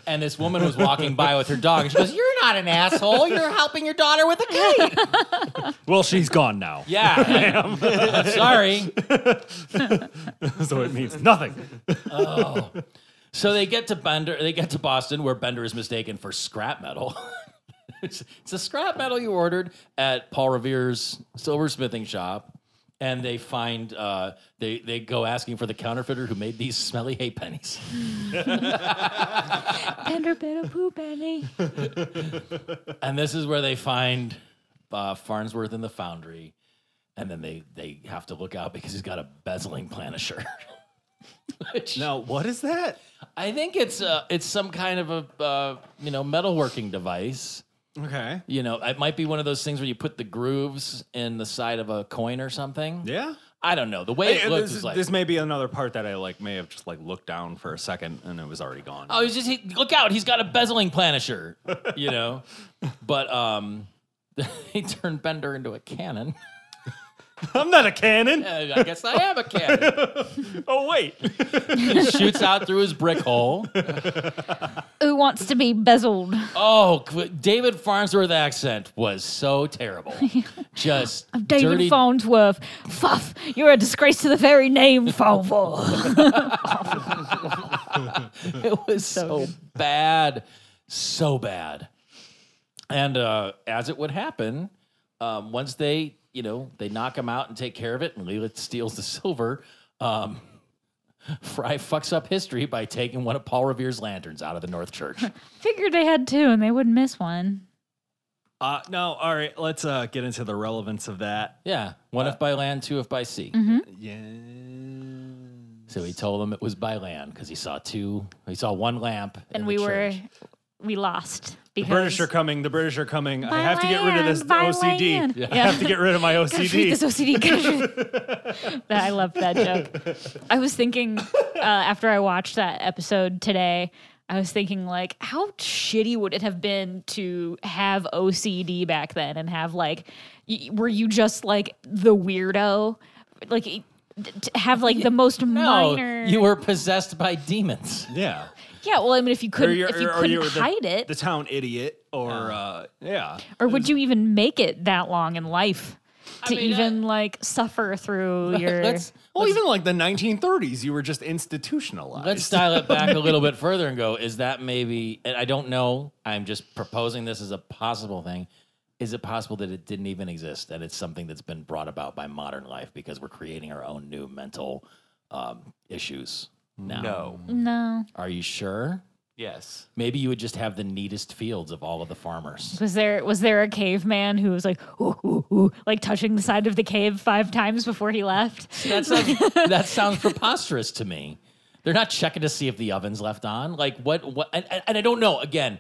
Speaker 3: And this woman was walking by with her dog. And she goes, You're not an asshole. You're helping your daughter with a kite.
Speaker 2: well, she's gone now,
Speaker 3: Yeah. I'm sorry.
Speaker 2: so it means nothing.
Speaker 3: So they get to Bender, they get to Boston where Bender is mistaken for scrap metal. it's, it's a scrap metal you ordered at Paul Revere's silversmithing shop. And they find uh, they they go asking for the counterfeiter who made these smelly hay pennies.
Speaker 1: Pender bit of poop, Benny.
Speaker 3: And this is where they find uh, Farnsworth in the foundry, and then they they have to look out because he's got a bezeling planisher. Which
Speaker 2: Now, what is that?
Speaker 3: I think it's uh, it's some kind of a uh, you know metalworking device.
Speaker 2: Okay.
Speaker 3: You know, it might be one of those things where you put the grooves in the side of a coin or something.
Speaker 2: Yeah.
Speaker 3: I don't know. The way it
Speaker 2: Hey,
Speaker 3: looks
Speaker 2: this,
Speaker 3: is like
Speaker 2: this may be another part that I like may have just like looked down for a second and it was already gone.
Speaker 3: Oh, he's just he, look out! He's got a bezeling planisher, you know. but um, he turned Bender into a cannon.
Speaker 2: I'm not a cannon.
Speaker 3: And I guess I am a cannon.
Speaker 2: Oh wait.
Speaker 3: shoots out through his brick hole.
Speaker 1: Who wants to be bezeled?
Speaker 3: Oh, qu- David Farnsworth accent was so terrible. Just
Speaker 1: David
Speaker 3: dirty.
Speaker 1: Farnsworth. Fuff, you're a disgrace to the very name, Farnsworth.
Speaker 3: It was so bad, so bad. And uh, as it would happen, um, once they you know they knock him out and take care of it, and Leela steals the silver. Um, Fry fucks up history by taking one of Paul Revere's lanterns out of the North Church.
Speaker 1: Figured they had two and they wouldn't miss one.
Speaker 2: Uh, no, all right. Let's uh, get into the relevance of that.
Speaker 3: Yeah. One if by land, two if by sea.
Speaker 1: Mm-hmm.
Speaker 2: Yeah.
Speaker 3: So he told them it was by land because he saw two. He saw one lamp. in
Speaker 1: and
Speaker 3: the
Speaker 1: we were
Speaker 3: church.
Speaker 1: we lost because
Speaker 2: British are coming. The British are coming. I have to get rid of this
Speaker 1: By land, by
Speaker 2: OCD.
Speaker 1: land.
Speaker 2: I
Speaker 1: Yeah.
Speaker 2: have to get rid of my
Speaker 1: Gotta treat
Speaker 2: OCD.
Speaker 1: this OCD. gotta treat- That- I love that joke. I was thinking uh, after I watched that episode today, I was thinking like, how shitty would it have been to have OCD back then and have like, y- were you just like the weirdo, like y- t- to have like the most
Speaker 3: No,
Speaker 1: minor?
Speaker 3: you were possessed by demons.
Speaker 2: yeah.
Speaker 1: yeah. Well, I mean, if you couldn't,
Speaker 2: you're-
Speaker 1: if you
Speaker 2: or
Speaker 1: couldn't
Speaker 2: you're the-
Speaker 1: hide it,
Speaker 2: The town idiot, or uh, yeah,
Speaker 1: or would you even make it that long in life to
Speaker 3: mean,
Speaker 1: even like suffer through your?
Speaker 3: Let's
Speaker 2: well, even like the 1930s, you were just institutionalized.
Speaker 3: let's dial it back a little bit further and go. Is that maybe? And I don't know. I'm just proposing this as a possible thing. Is it possible that it didn't even exist? That it's something that's been brought about by modern life because we're creating our own new mental um, issues now?
Speaker 4: No.
Speaker 1: No.
Speaker 3: Are you sure?
Speaker 4: Yes.
Speaker 3: Maybe you would just have the neatest fields of all of the farmers.
Speaker 1: Was there was there a caveman who was like ooh, ooh, ooh, like touching the side of the cave five times before he left?
Speaker 3: That sounds, that sounds preposterous to me. They're not checking to see if the oven's left on. Like what? What? And, and- and I don't know. Again,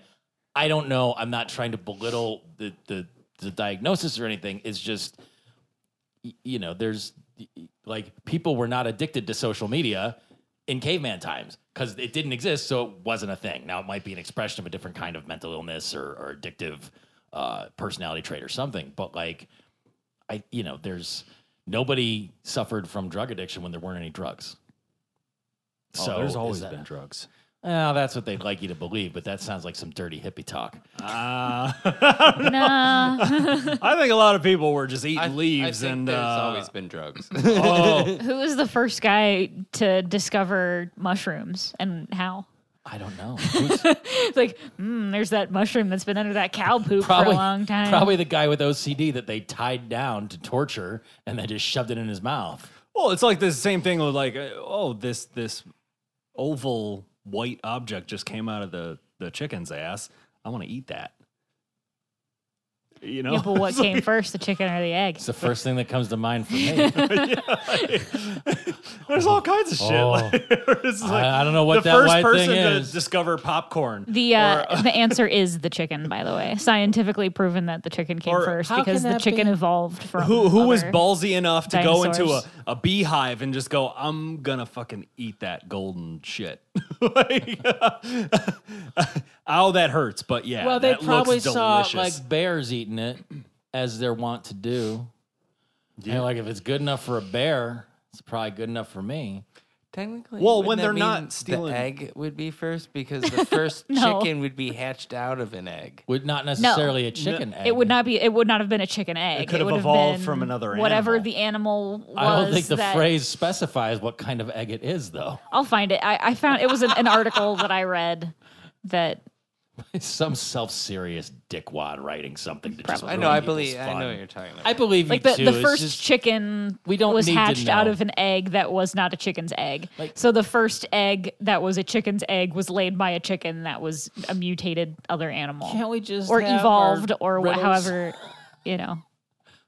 Speaker 3: I don't know. I'm not trying to belittle the the, the diagnosis or anything. It's just y- you know, there's y- y- like people were not addicted to social media in caveman times because it didn't exist, so it wasn't a thing. Now it might be an expression of a different kind of mental illness or, or addictive uh, personality trait or something, but like I, you know, there's nobody suffered from drug addiction when there weren't any drugs.
Speaker 2: Oh,
Speaker 3: so
Speaker 2: there's
Speaker 3: is
Speaker 2: always
Speaker 3: that-
Speaker 2: been drugs.
Speaker 3: Oh, that's what they'd like you to believe, but that sounds like some dirty hippie talk.
Speaker 2: Uh,
Speaker 1: Nah.
Speaker 2: I think a lot of people were just eating leaves,
Speaker 4: I think
Speaker 2: and
Speaker 4: there's
Speaker 2: uh,
Speaker 4: always been drugs.
Speaker 2: oh,
Speaker 1: who was the first guy to discover mushrooms and how?
Speaker 3: I don't know. Who's-
Speaker 1: It's like, mm, there's that mushroom that's been under that cow poop for a long time.
Speaker 3: Probably the guy with OCD that they tied down to torture and then just shoved it in his mouth.
Speaker 2: well, it's like the same thing with like, uh, oh, this this oval white object just came out of the the chicken's ass. I want to eat that. You know,
Speaker 1: Yeah, but what came first, the chicken or the egg?
Speaker 3: It's the first thing that comes to mind for me.
Speaker 2: There's all kinds of shit.
Speaker 3: Oh.
Speaker 2: Like, it's like
Speaker 3: I don't know what
Speaker 2: the
Speaker 3: that
Speaker 2: first
Speaker 3: white
Speaker 2: person
Speaker 3: thing
Speaker 2: to
Speaker 3: is.
Speaker 2: discover popcorn.
Speaker 1: The uh, the answer is the chicken, by the way. Scientifically proven that the chicken came
Speaker 2: Or-
Speaker 1: first
Speaker 3: How can
Speaker 1: because the
Speaker 3: that
Speaker 1: chicken
Speaker 3: be?
Speaker 1: evolved from
Speaker 2: who who was
Speaker 1: other-
Speaker 2: ballsy enough to go into
Speaker 1: dinosaurs.
Speaker 2: a, a beehive and just go, I'm gonna fucking eat that golden shit. like, oh, that hurts, but yeah.
Speaker 3: well, they
Speaker 2: that
Speaker 3: probably
Speaker 2: looks
Speaker 3: saw
Speaker 2: delicious.
Speaker 3: like bears eating it as they're wont to do. Yeah. like if it's good enough for a bear, it's probably good enough for me.
Speaker 4: Technically,
Speaker 2: Well,
Speaker 4: wouldn't
Speaker 2: when
Speaker 4: that
Speaker 2: they're not
Speaker 4: mean
Speaker 2: stealing-
Speaker 4: the egg would be first because the first
Speaker 1: No.
Speaker 4: chicken would be hatched out of an egg.
Speaker 3: Would not necessarily a chicken egg.
Speaker 1: It would not be. It would not have been a chicken egg.
Speaker 2: could have
Speaker 1: would
Speaker 2: evolved
Speaker 1: been
Speaker 2: from another
Speaker 1: whatever
Speaker 2: animal.
Speaker 1: the animal was.
Speaker 3: I don't think the
Speaker 1: that-
Speaker 3: phrase specifies what kind of egg it is, though.
Speaker 1: I'll find it. I, I found it was an, an article that I read that
Speaker 3: Some self-serious dickwad writing something. To just
Speaker 1: Probably.
Speaker 4: I
Speaker 3: ruin
Speaker 4: know. I
Speaker 3: people's
Speaker 4: believe. I know
Speaker 3: fun.
Speaker 4: what you're talking about.
Speaker 3: I believe
Speaker 1: like
Speaker 3: you
Speaker 1: the,
Speaker 3: too.
Speaker 1: the
Speaker 3: It's
Speaker 1: first
Speaker 3: just-
Speaker 1: chicken
Speaker 3: We don't
Speaker 1: was
Speaker 3: need to
Speaker 1: hatched out
Speaker 3: know.
Speaker 1: of an egg that was not a chicken's egg.
Speaker 3: Like-
Speaker 1: so the first egg that was a chicken's egg was laid by a chicken that was a mutated other animal.
Speaker 3: Can't we just
Speaker 1: or
Speaker 3: have our
Speaker 1: evolved or wha-
Speaker 3: riddles?
Speaker 1: however you know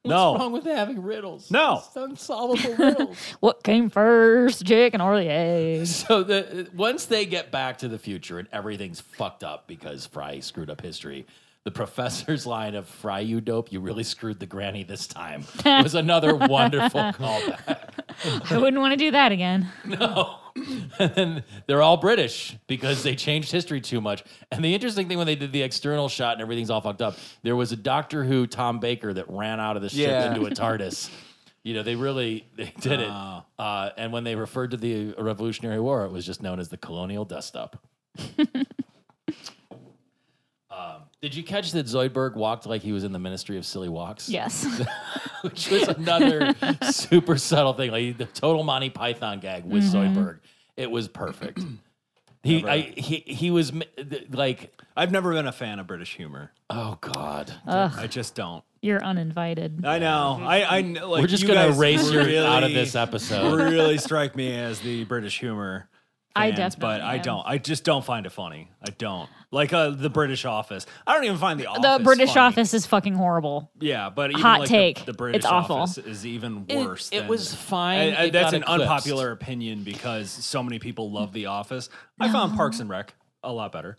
Speaker 2: no.
Speaker 3: What's wrong with having riddles?
Speaker 2: No.
Speaker 3: It's unsolvable riddles.
Speaker 1: what came first, the chicken or the egg?
Speaker 3: so the once they get back to the future and everything's fucked up because Fry screwed up history. The professor's line of "Fry, you dope, you really screwed the granny this time" was another wonderful callback.
Speaker 1: I wouldn't want to do that again.
Speaker 3: and then they're all British because they changed history too much. And the interesting thing when they did the external shot and everything's all fucked up, there was a Doctor Who Tom Baker that ran out of the ship
Speaker 4: Yeah.
Speaker 3: into a TARDIS. You know, they really they did it. Uh, and when they referred to the Revolutionary War, it was just known as the Colonial Dust Up. um, did you catch that Zoidberg walked like he was in the Ministry of Silly Walks?
Speaker 1: Yes.
Speaker 3: which was another super subtle thing. Like the total Monty Python gag with
Speaker 2: Mm-hmm.
Speaker 3: Zoidberg, it was perfect. He, I, he, he was m- th- like,
Speaker 2: I've never been a fan of British humor.
Speaker 3: oh god,
Speaker 2: I just don't.
Speaker 1: You're uninvited.
Speaker 2: I know. I, I kn- like
Speaker 3: we're just
Speaker 2: you
Speaker 3: gonna
Speaker 2: guys
Speaker 3: erase you out of
Speaker 2: really-
Speaker 3: this episode.
Speaker 2: really strike me as the British humor.
Speaker 1: I
Speaker 2: fans, but
Speaker 1: definitely
Speaker 2: I
Speaker 1: am.
Speaker 2: don't. I just don't find it funny. I don't like uh, the British Office. I don't even find the Office
Speaker 1: The British
Speaker 2: funny.
Speaker 1: Office is fucking horrible.
Speaker 2: Yeah, but even
Speaker 1: Hot
Speaker 2: like
Speaker 1: take.
Speaker 2: The, the
Speaker 1: It's
Speaker 2: British
Speaker 1: awful.
Speaker 2: Office is even
Speaker 3: It-
Speaker 2: worse.
Speaker 3: it
Speaker 2: than-
Speaker 3: was fine.
Speaker 2: I- I-
Speaker 3: It
Speaker 2: that's
Speaker 3: got
Speaker 2: an
Speaker 3: eclipsed.
Speaker 2: unpopular opinion because so many people love The Office. I found Parks and Rec a lot better.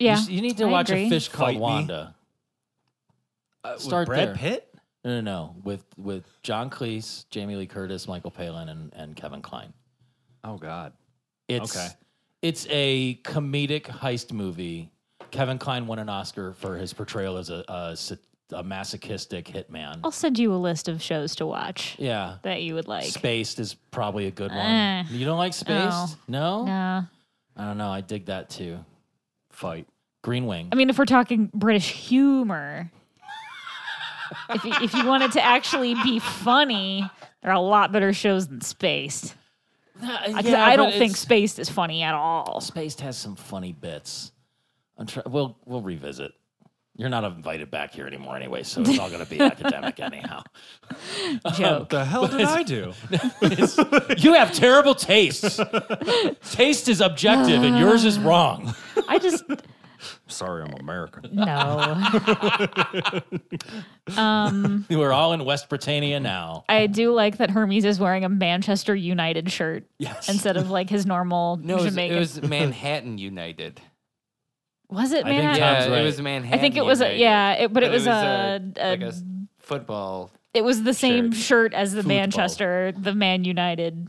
Speaker 3: You
Speaker 1: Yeah.
Speaker 3: s- You, need to
Speaker 1: I
Speaker 3: watch
Speaker 1: agree.
Speaker 3: a fish called
Speaker 2: Fight me.
Speaker 3: Wanda.
Speaker 2: Uh, with
Speaker 3: Start
Speaker 2: Brad
Speaker 3: there.
Speaker 2: Pitt.
Speaker 3: No, no, no. With with John Cleese, Jamie Lee Curtis, Michael Palin, and, and Kevin Klein.
Speaker 2: Oh God.
Speaker 3: It's
Speaker 2: Okay.
Speaker 3: it's a comedic heist movie. Kevin Klein won an Oscar for his portrayal as a a, sa- a masochistic hitman.
Speaker 1: I'll send you a list of shows to watch
Speaker 3: Yeah.
Speaker 1: that you would like.
Speaker 3: Spaced is probably a good one.
Speaker 1: Eh.
Speaker 3: you don't like Spaced? No.
Speaker 1: Nah.
Speaker 3: I don't know. I dig that too.
Speaker 2: Fight.
Speaker 3: Green Wing.
Speaker 1: I mean, if we're talking British humor, if you, if you want it to actually be funny, there are a lot better shows than Spaced.
Speaker 3: Uh,
Speaker 1: I, 'cause I don't think Spaced is funny at all.
Speaker 3: Spaced has some funny bits. I'm try- we'll we'll revisit. You're not invited back here anymore anyway, so it's all going to be academic anyhow.
Speaker 1: Joke.
Speaker 2: The hell did I do?
Speaker 3: You have terrible taste. taste is objective, and yours is wrong.
Speaker 1: I just
Speaker 2: Sorry, I'm American.
Speaker 1: no. Um,
Speaker 3: We're all in West Britannia now.
Speaker 1: I do like that Hermes is wearing a Manchester United shirt
Speaker 2: Yes.
Speaker 1: instead of like his normal
Speaker 4: No, it was,
Speaker 1: Jamaican.
Speaker 4: it was Manhattan United.
Speaker 1: Was it
Speaker 3: I think
Speaker 1: Manhattan?
Speaker 3: Tom's
Speaker 4: Yeah,
Speaker 3: right.
Speaker 4: it was Manhattan.
Speaker 1: I think it was a,
Speaker 4: United.
Speaker 1: yeah, it, but it was, a, a-
Speaker 4: like a s- football.
Speaker 1: it was the same shirt as the
Speaker 3: Football.
Speaker 1: Manchester, the Man United,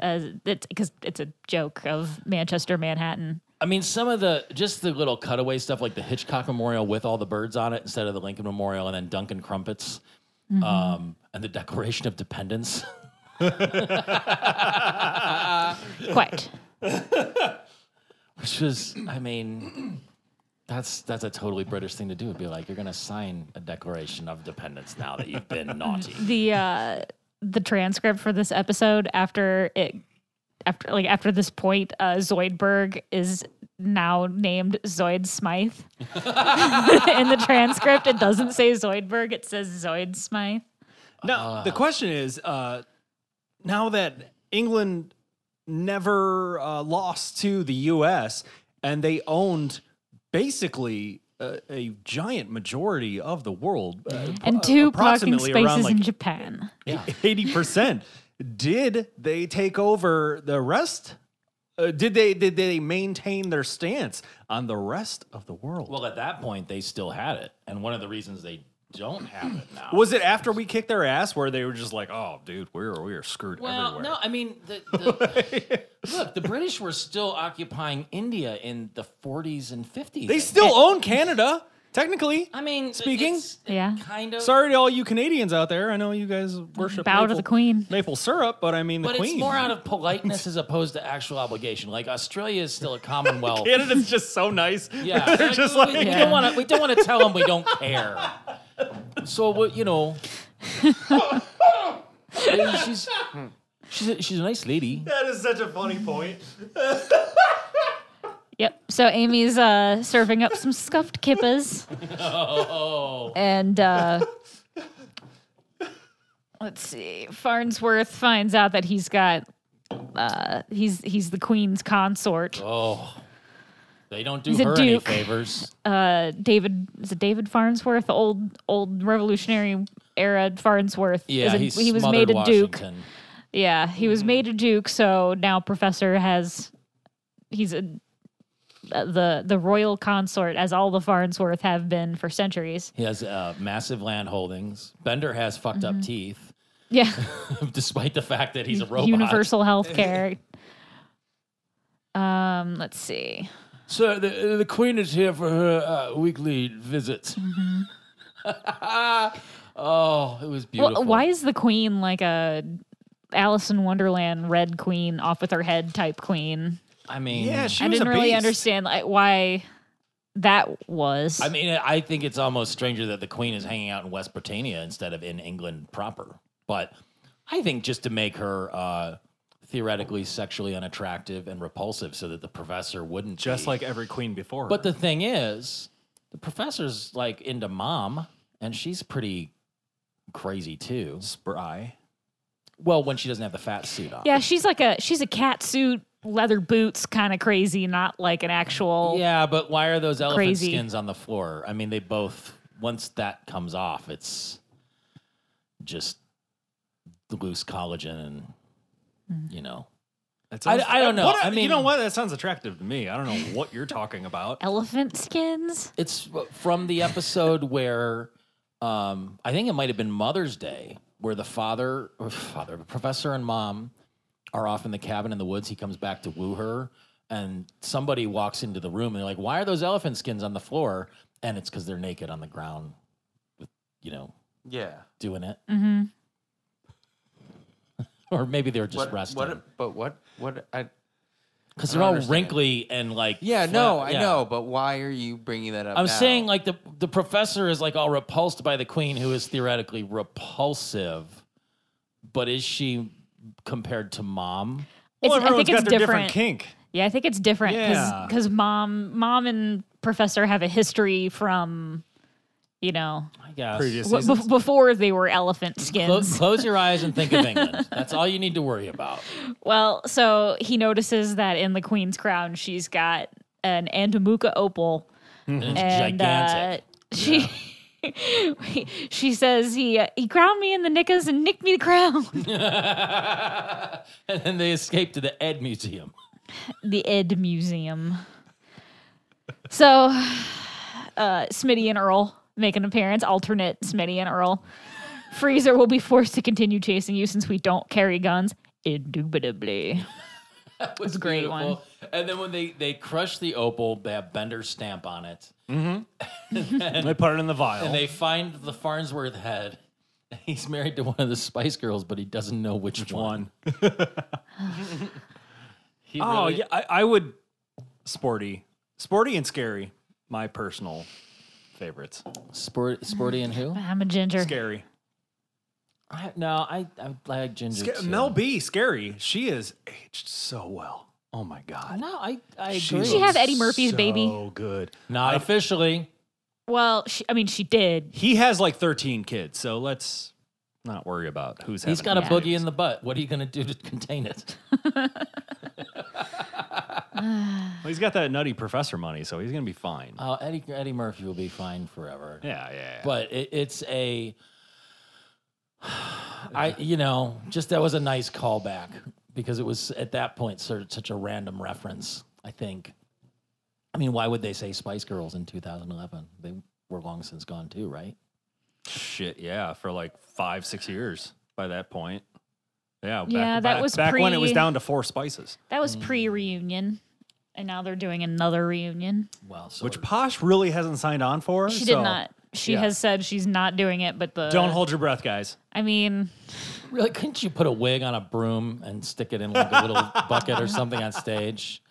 Speaker 1: uh, it's because it's a joke of Manchester Manhattan.
Speaker 3: I mean, some of the just the little cutaway stuff, like the Hitchcock Memorial with all the birds on it instead of the Lincoln Memorial, and then Duncan Crumpets, um, and the Declaration of Dependence.
Speaker 1: Quite.
Speaker 3: Which was, I mean, that's that's a totally British thing to do. Be like, you're gonna sign a declaration of dependence now that you've been naughty.
Speaker 1: the uh, the transcript for this episode after it after like after this point, uh, Zoidberg is now named Zoid Smythe. In the transcript, it doesn't say Zoidberg; it says Zoid Smythe.
Speaker 2: Now the question is, uh, now that England never uh, lost to the U.S. and they owned basically a, a giant majority of the world,
Speaker 3: Mm-hmm.
Speaker 2: uh,
Speaker 1: And two parking
Speaker 2: approximately around
Speaker 1: spaces in
Speaker 2: like
Speaker 1: Japan.
Speaker 2: eighty percent, did they take over the rest? Uh, did they did they maintain their stance on the rest of the world?
Speaker 3: well, at that point, they still had it, and one of the reasons they don't have it now.
Speaker 2: was it after we kicked their ass where they were just like, "Oh, dude, we're we're screwed
Speaker 3: well,
Speaker 2: everywhere"?
Speaker 3: no, I mean, the, the, look, the British were still occupying India in the 40s and 50s.
Speaker 2: They still own Canada, technically.
Speaker 3: Eh. I mean,
Speaker 2: Speaking?
Speaker 3: it's- it
Speaker 1: Yeah.
Speaker 3: kind of.
Speaker 2: Sorry to all you Canadians out there. I know you guys worship
Speaker 1: Bow to
Speaker 2: maple,
Speaker 1: the queen.
Speaker 2: maple syrup, but I mean the
Speaker 3: But
Speaker 2: queen.
Speaker 3: it's more out of politeness as opposed to actual obligation. Like Australia is still a Commonwealth.
Speaker 2: Canada's just so nice.
Speaker 3: Yeah,
Speaker 2: they're just
Speaker 3: we,
Speaker 2: like
Speaker 3: we don't want to. We don't want to tell them we don't care. So what you know? she's she's a, she's a nice lady.
Speaker 2: that is such a funny point.
Speaker 1: Yep. So Amy's uh, serving up some scuffed kippas. And uh, let's see. Farnsworth finds out that he's got uh, he's he's the queen's consort.
Speaker 3: Oh, they don't do
Speaker 1: He's a
Speaker 3: her any
Speaker 1: duke.
Speaker 3: favors.
Speaker 1: Uh, David is it David Farnsworth, the old old revolutionary era Farnsworth. is
Speaker 3: Yeah,
Speaker 1: a-
Speaker 3: he's
Speaker 1: he was made a duke.
Speaker 3: Washington.
Speaker 1: Yeah, he
Speaker 2: Mm-hmm.
Speaker 1: was made a duke, so now Professor has he's a the the royal consort, as all the Farnsworth have been for centuries.
Speaker 3: He has uh, massive land holdings. Bender has fucked
Speaker 1: Mm-hmm.
Speaker 3: up teeth,
Speaker 1: Yeah,
Speaker 3: despite the fact that he's a robot.
Speaker 1: universal health care. um, let's see.
Speaker 3: So the the queen is here for her uh, weekly visits. oh, it was
Speaker 1: Mm-hmm. Well,
Speaker 3: beautiful.
Speaker 1: why is the queen like a Alice in Wonderland red queen, off with her head type queen?
Speaker 3: I mean,
Speaker 2: Yeah, she
Speaker 1: I
Speaker 2: was
Speaker 1: didn't
Speaker 2: a
Speaker 1: really
Speaker 2: beast.
Speaker 1: understand like why that was.
Speaker 3: I mean, I think it's almost stranger that the Queen is hanging out in West Britannia instead of in England proper. But I think just to make her uh, theoretically sexually unattractive and repulsive, so that the professor wouldn't.
Speaker 2: Just
Speaker 3: be.
Speaker 2: like every queen before. her.
Speaker 3: But the thing is, the professor's like into mom, and she's pretty crazy too.
Speaker 2: spry.
Speaker 3: Well, when she doesn't have the fat suit on.
Speaker 1: yeah, she's like a she's a cat suit leather boots kind of crazy, not like an actual.
Speaker 3: Yeah, but why are those elephant
Speaker 1: Crazy.
Speaker 3: skins on the floor? I mean, they both once that comes off, it's just loose collagen and you know.
Speaker 2: That
Speaker 3: I-
Speaker 2: sounds-
Speaker 3: I don't know.
Speaker 2: What-
Speaker 3: I
Speaker 2: you
Speaker 3: mean-
Speaker 2: know what? That sounds attractive to me. I don't know what you're talking about.
Speaker 1: Elephant skins?
Speaker 3: It's from the episode where um, I think it might have been Mother's Day, where the father, or father, professor and mom are off in the cabin in the woods. He comes back to woo her, and somebody walks into the room and they're like, "Why are those elephant skins on the floor?" And it's because they're naked on the ground, with you know,
Speaker 4: Yeah.
Speaker 3: doing it,
Speaker 1: Mm-hmm.
Speaker 3: or maybe they're just
Speaker 4: What-
Speaker 3: resting
Speaker 4: What, but what? What? I,
Speaker 3: because
Speaker 4: I
Speaker 3: they're
Speaker 4: don't
Speaker 3: all
Speaker 4: understand.
Speaker 3: wrinkly and like.
Speaker 4: yeah.
Speaker 3: flat-
Speaker 4: No, I
Speaker 3: yeah.
Speaker 4: know. But why are you bringing that up?
Speaker 3: I'm
Speaker 4: now?
Speaker 3: saying like the the professor is like all repulsed by the queen, who is theoretically repulsive, but is she compared to mom?
Speaker 2: Well,
Speaker 1: It's- I
Speaker 2: everyone's
Speaker 1: think
Speaker 2: got
Speaker 1: it's
Speaker 2: their
Speaker 1: different.
Speaker 2: kink.
Speaker 1: Yeah, I think it's different
Speaker 2: Yeah.
Speaker 1: because mom, mom and professor have a history from, you know,
Speaker 3: I guess.
Speaker 2: Previous
Speaker 1: wh-
Speaker 2: seasons.
Speaker 1: bef- before they were elephant
Speaker 3: Clo-
Speaker 1: skins.
Speaker 3: close your eyes and think of England. That's all you need to worry about.
Speaker 1: Well, so he notices that in the queen's crown, she's got an Andamuka opal.
Speaker 3: It's
Speaker 1: and
Speaker 3: gigantic.
Speaker 1: uh, she she says he uh, he crowned me in the knickers and nicked me the crown.
Speaker 3: and then they escape to the Ed Museum.
Speaker 1: the Ed Museum. So, uh, Smitty and Earl make an appearance. Alternate Smitty and Earl. Freezer will be forced to continue chasing you since we don't carry guns. Indubitably.
Speaker 3: That was
Speaker 1: a great
Speaker 3: beautiful. And then when they they crush the opal, they have Bender's stamp on it.
Speaker 2: They put it in the vial.
Speaker 3: And they find the Farnsworth head. He's married to one of the Spice Girls, but he doesn't know which, one. He
Speaker 2: oh
Speaker 3: really-
Speaker 2: yeah, I, I would sporty, sporty and scary. My personal favorites.
Speaker 3: Sport, sporty and who?
Speaker 1: I'm a ginger.
Speaker 2: Scary.
Speaker 3: I, no, I, I like Ginger.
Speaker 2: Sca-
Speaker 3: too.
Speaker 2: Mel B. Scary. She is aged so well. Oh my god.
Speaker 3: No, I, I
Speaker 2: She
Speaker 3: agree.
Speaker 1: She
Speaker 2: looks
Speaker 1: had Eddie Murphy's
Speaker 2: so
Speaker 1: baby.
Speaker 2: good.
Speaker 3: Not officially.
Speaker 1: Well, she, I mean, she did.
Speaker 2: He has like 13 kids, so let's not worry about who's.
Speaker 3: He's got
Speaker 2: having
Speaker 3: a
Speaker 2: how many
Speaker 3: boogie in the butt. What are you going to do to contain it?
Speaker 2: kids. Well, he's got that nutty professor money, so he's gonna be fine.
Speaker 3: Oh, Eddie Eddie Murphy will be fine forever.
Speaker 2: yeah, yeah. yeah.
Speaker 3: But it, it's a, I you know, just that was a nice callback because it was at that point sort of such a random reference. I think. I mean, why would they say Spice Girls in 2011? They were long since gone too, right?
Speaker 2: Shit, yeah, for like five, six years by that point. Yeah, back,
Speaker 1: Yeah, that
Speaker 2: back-
Speaker 1: was
Speaker 2: back when it was
Speaker 1: pre-
Speaker 2: down to four spices.
Speaker 1: That
Speaker 3: Mm.
Speaker 1: was pre reunion. And now they're doing another reunion.
Speaker 3: Well, so
Speaker 2: Which Posh really hasn't signed on for.
Speaker 1: She
Speaker 2: so
Speaker 1: did not. She
Speaker 2: yeah.
Speaker 1: has said she's not doing it, but the.
Speaker 2: Don't hold your breath, guys.
Speaker 1: I mean,
Speaker 3: really couldn't you put a wig on a broom and stick it in like a little bucket or something on stage?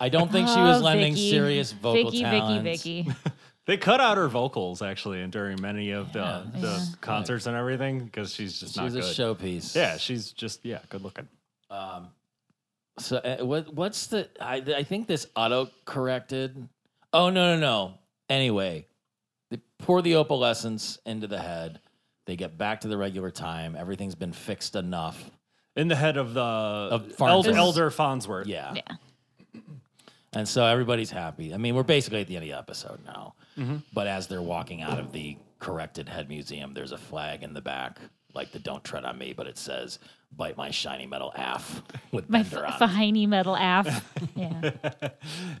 Speaker 3: I don't think she was
Speaker 1: oh,
Speaker 3: lending
Speaker 1: Vicky.
Speaker 3: serious vocal
Speaker 1: Vicky,
Speaker 3: talent.
Speaker 1: Vicky, Vicky.
Speaker 2: They cut out her vocals actually, and during many of the, the concerts and everything, because she's just
Speaker 3: She was
Speaker 2: not
Speaker 3: a
Speaker 2: good.
Speaker 3: showpiece.
Speaker 2: Yeah, she's just yeah, good looking.
Speaker 3: So uh, what? What's the? I I think this auto corrected. Oh no no no. Anyway, they pour the opalescence into the head. They get back to the regular time. Everything's been fixed enough.
Speaker 2: In the head of the
Speaker 3: Farnsworth.
Speaker 2: elder, elder Farnsworth.
Speaker 3: Yeah.
Speaker 1: Yeah.
Speaker 3: And so everybody's happy. I mean, we're basically at the end of the episode now. But as they're walking out of the corrected head museum, there's a flag in the back, like the "Don't Tread on Me," but it says "Bite my shiny metal aff" with
Speaker 1: My
Speaker 3: Bender
Speaker 1: f-
Speaker 3: on. it.
Speaker 1: Fahiny metal aff. Yeah.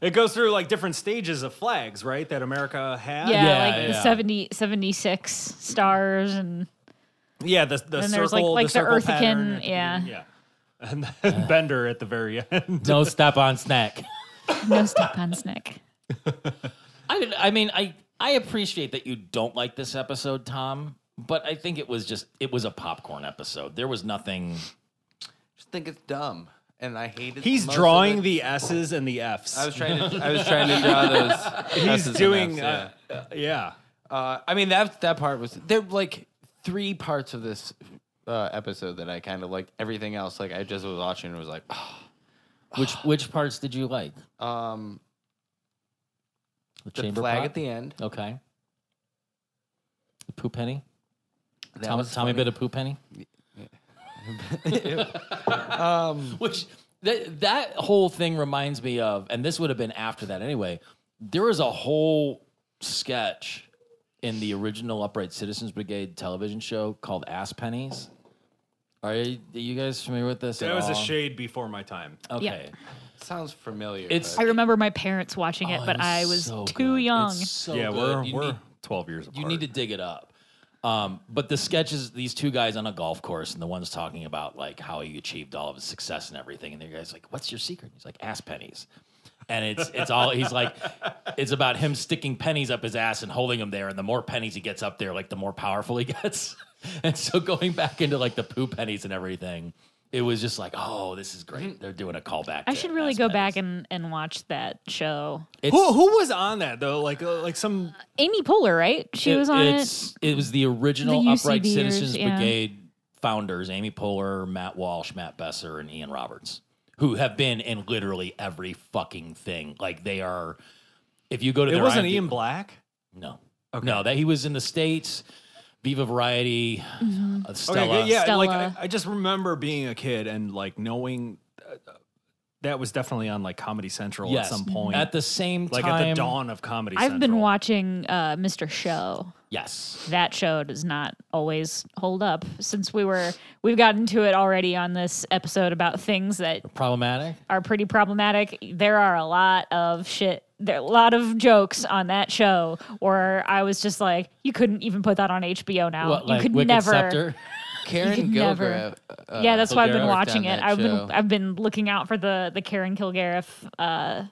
Speaker 2: It goes through like different stages of flags, right? That America
Speaker 1: Yeah,
Speaker 2: had.
Speaker 3: Yeah,
Speaker 1: like the
Speaker 3: yeah.
Speaker 1: 70, 76 stars and
Speaker 2: yeah. The the
Speaker 1: And
Speaker 2: circle,
Speaker 1: there's, like- like the
Speaker 2: the circle
Speaker 1: Earthican,
Speaker 2: pattern at the
Speaker 1: yeah.
Speaker 2: beginning, yeah. Uh. And then Bender at the very end.
Speaker 3: No step on snack.
Speaker 1: no step on snack.
Speaker 3: I, I mean, I, I appreciate that you don't like this episode, Tom, but I think it was just, it was a popcorn episode. There was nothing.
Speaker 4: just think it's dumb, and I hate it.
Speaker 2: He's
Speaker 4: most of
Speaker 2: drawing
Speaker 4: it.
Speaker 2: the S's and the F's.
Speaker 4: I was trying to. I was trying to draw those.
Speaker 2: He's
Speaker 4: S's and
Speaker 2: doing.
Speaker 4: Fs,
Speaker 2: uh,
Speaker 4: yeah.
Speaker 2: uh, yeah.
Speaker 4: Uh, I mean that that part was there. were, Like three parts of this uh, episode that I kind of liked. Everything else, like I just was watching and was like,
Speaker 3: Which, which parts did you like?
Speaker 4: um,
Speaker 3: The,
Speaker 4: the
Speaker 3: chamber
Speaker 4: flag
Speaker 3: pot?
Speaker 4: at the end.
Speaker 3: Okay. The poop penny?
Speaker 4: That
Speaker 3: Tommy,
Speaker 4: was
Speaker 3: Tommy
Speaker 4: funny.
Speaker 3: bit of poop penny?
Speaker 4: Um,
Speaker 3: Which that that whole thing reminds me of, and this would have been after that anyway. There was a whole sketch in the original Upright Citizens Brigade television show called Ass Pennies. Are you, are you guys familiar with this?
Speaker 2: That
Speaker 3: at
Speaker 2: was a
Speaker 3: all?
Speaker 2: shade before my time.
Speaker 3: Okay,
Speaker 4: Sounds familiar.
Speaker 3: It's-
Speaker 4: but
Speaker 1: I remember my parents watching it,
Speaker 3: Oh,
Speaker 1: but
Speaker 3: it was
Speaker 1: I was
Speaker 3: so
Speaker 1: too
Speaker 3: good.
Speaker 1: young.
Speaker 3: It's
Speaker 4: Oh,
Speaker 3: so
Speaker 2: yeah,
Speaker 3: good.
Speaker 2: we're
Speaker 3: You
Speaker 2: we're
Speaker 3: need-
Speaker 2: twelve years apart.
Speaker 3: you need to dig it up. Um, but the sketch is these two guys on a golf course, and the one's talking about like how he achieved all of his success and everything, and the guy's like, "What's your secret?" And he's like, "Ass pennies." And it's it's all he's like, it's about him sticking pennies up his ass and holding them there, and the more pennies he gets up there, like the more powerful he gets. and so going back into like the poo pennies and everything, it was just like, oh, this is great. They're doing a callback.
Speaker 1: I
Speaker 3: to
Speaker 1: should really
Speaker 3: ass
Speaker 1: go
Speaker 3: pennies.
Speaker 1: back and, and watch that show.
Speaker 3: It's-
Speaker 2: who who was on that though? Like uh, like some
Speaker 1: Amy Poehler, right? She was on it.
Speaker 3: it's, it. was the original
Speaker 1: The
Speaker 3: Upright
Speaker 1: UCBers,
Speaker 3: Citizens
Speaker 1: yeah.
Speaker 3: Brigade founders, Amy Poehler, Matt Walsh, Matt Besser, and Ian Roberts, who have been in literally every fucking thing. Like they are. If you go to
Speaker 2: it
Speaker 3: their
Speaker 2: wasn't
Speaker 3: IMD
Speaker 2: Ian Black.
Speaker 3: no, no, that he was in the states. Viva Variety,
Speaker 1: Mm-hmm.
Speaker 3: uh, Stella.
Speaker 2: Okay, yeah, like I,
Speaker 1: Stella.
Speaker 2: I just remember being a kid and like knowing uh, that was definitely on like Comedy Central
Speaker 3: Yes.
Speaker 2: Mm-hmm. at some point,
Speaker 3: At the same
Speaker 2: like
Speaker 3: time,
Speaker 2: at the dawn of Comedy.
Speaker 1: I've
Speaker 2: Central.
Speaker 1: been watching uh, Mr. Show.
Speaker 3: Yes,
Speaker 1: That show does not always hold up since we were we've gotten to it already on this episode about things that
Speaker 3: problematic.
Speaker 1: are pretty problematic. There are a lot of shit. There are a lot of jokes on that show where I was just like, you couldn't even put that on HBO now.
Speaker 3: What
Speaker 1: Oh, you
Speaker 3: like
Speaker 1: could
Speaker 3: Wicked
Speaker 1: never.
Speaker 3: Scepter?
Speaker 4: Karen
Speaker 1: could never-
Speaker 4: Gilbert. uh,
Speaker 1: yeah, that's why I've been
Speaker 4: Kilgariff worked
Speaker 1: watching
Speaker 4: on
Speaker 1: it.
Speaker 4: that
Speaker 1: I've
Speaker 4: show.
Speaker 1: been I've been looking out for the the Karen Kilgariff uh,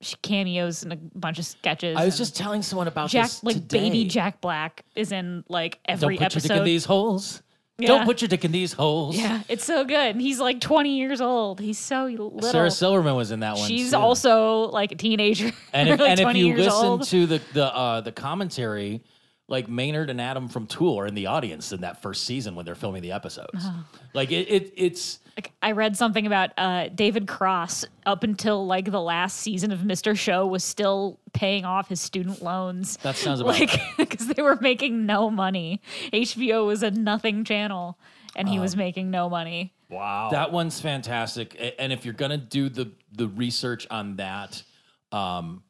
Speaker 1: sh- cameos and a bunch of sketches.
Speaker 3: I was
Speaker 1: and
Speaker 3: just telling someone about
Speaker 1: Jack
Speaker 3: this
Speaker 1: like baby
Speaker 3: today.
Speaker 1: Jack Black is in like
Speaker 3: Don't
Speaker 1: every
Speaker 3: put your dick in
Speaker 1: episode.
Speaker 3: these holes.
Speaker 1: Yeah.
Speaker 3: Don't put your dick in these holes.
Speaker 1: Yeah, it's so good. He's like 20 years old. He's so little.
Speaker 3: Sarah Silverman was in that one.
Speaker 1: She's
Speaker 3: too.
Speaker 1: also like a teenager.
Speaker 3: and if,
Speaker 1: like
Speaker 3: and if
Speaker 1: 20
Speaker 3: you
Speaker 1: years
Speaker 3: listen
Speaker 1: old.
Speaker 3: to the the uh, the commentary, like Maynard and Adam from Tool are in the audience in that first season when they're filming the episodes.
Speaker 1: Uh-huh.
Speaker 3: Like it, it it's
Speaker 1: Like, I read something about uh, David Cross up until like the last season of Mr. Show was still paying off his student loans.
Speaker 3: that sounds about
Speaker 1: like because they were making no money. HBO was a nothing channel, and
Speaker 2: Uh,
Speaker 1: he was making no money.
Speaker 2: Wow,
Speaker 3: That one's fantastic. A- And if you're gonna do the the research on that, um,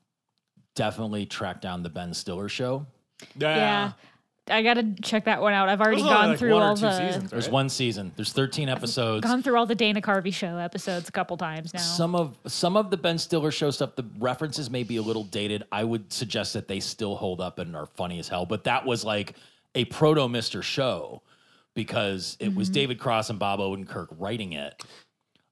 Speaker 3: definitely track down the Ben Stiller show.
Speaker 1: Yeah. I gotta check that one out. I've already
Speaker 2: Those are
Speaker 1: gone
Speaker 2: like
Speaker 1: through
Speaker 2: one or
Speaker 1: all
Speaker 2: two
Speaker 1: the
Speaker 2: seasons,
Speaker 3: There's
Speaker 2: right?
Speaker 3: one season. There's 13 episodes.
Speaker 1: gone through all the Dana Carvey show episodes a couple times now.
Speaker 3: Some of some of the Ben Stiller show stuff, the references may be a little dated. I would suggest that they still hold up and are funny as hell. But that was like a proto Mister Show because it was David Cross and Bob Odenkirk writing it.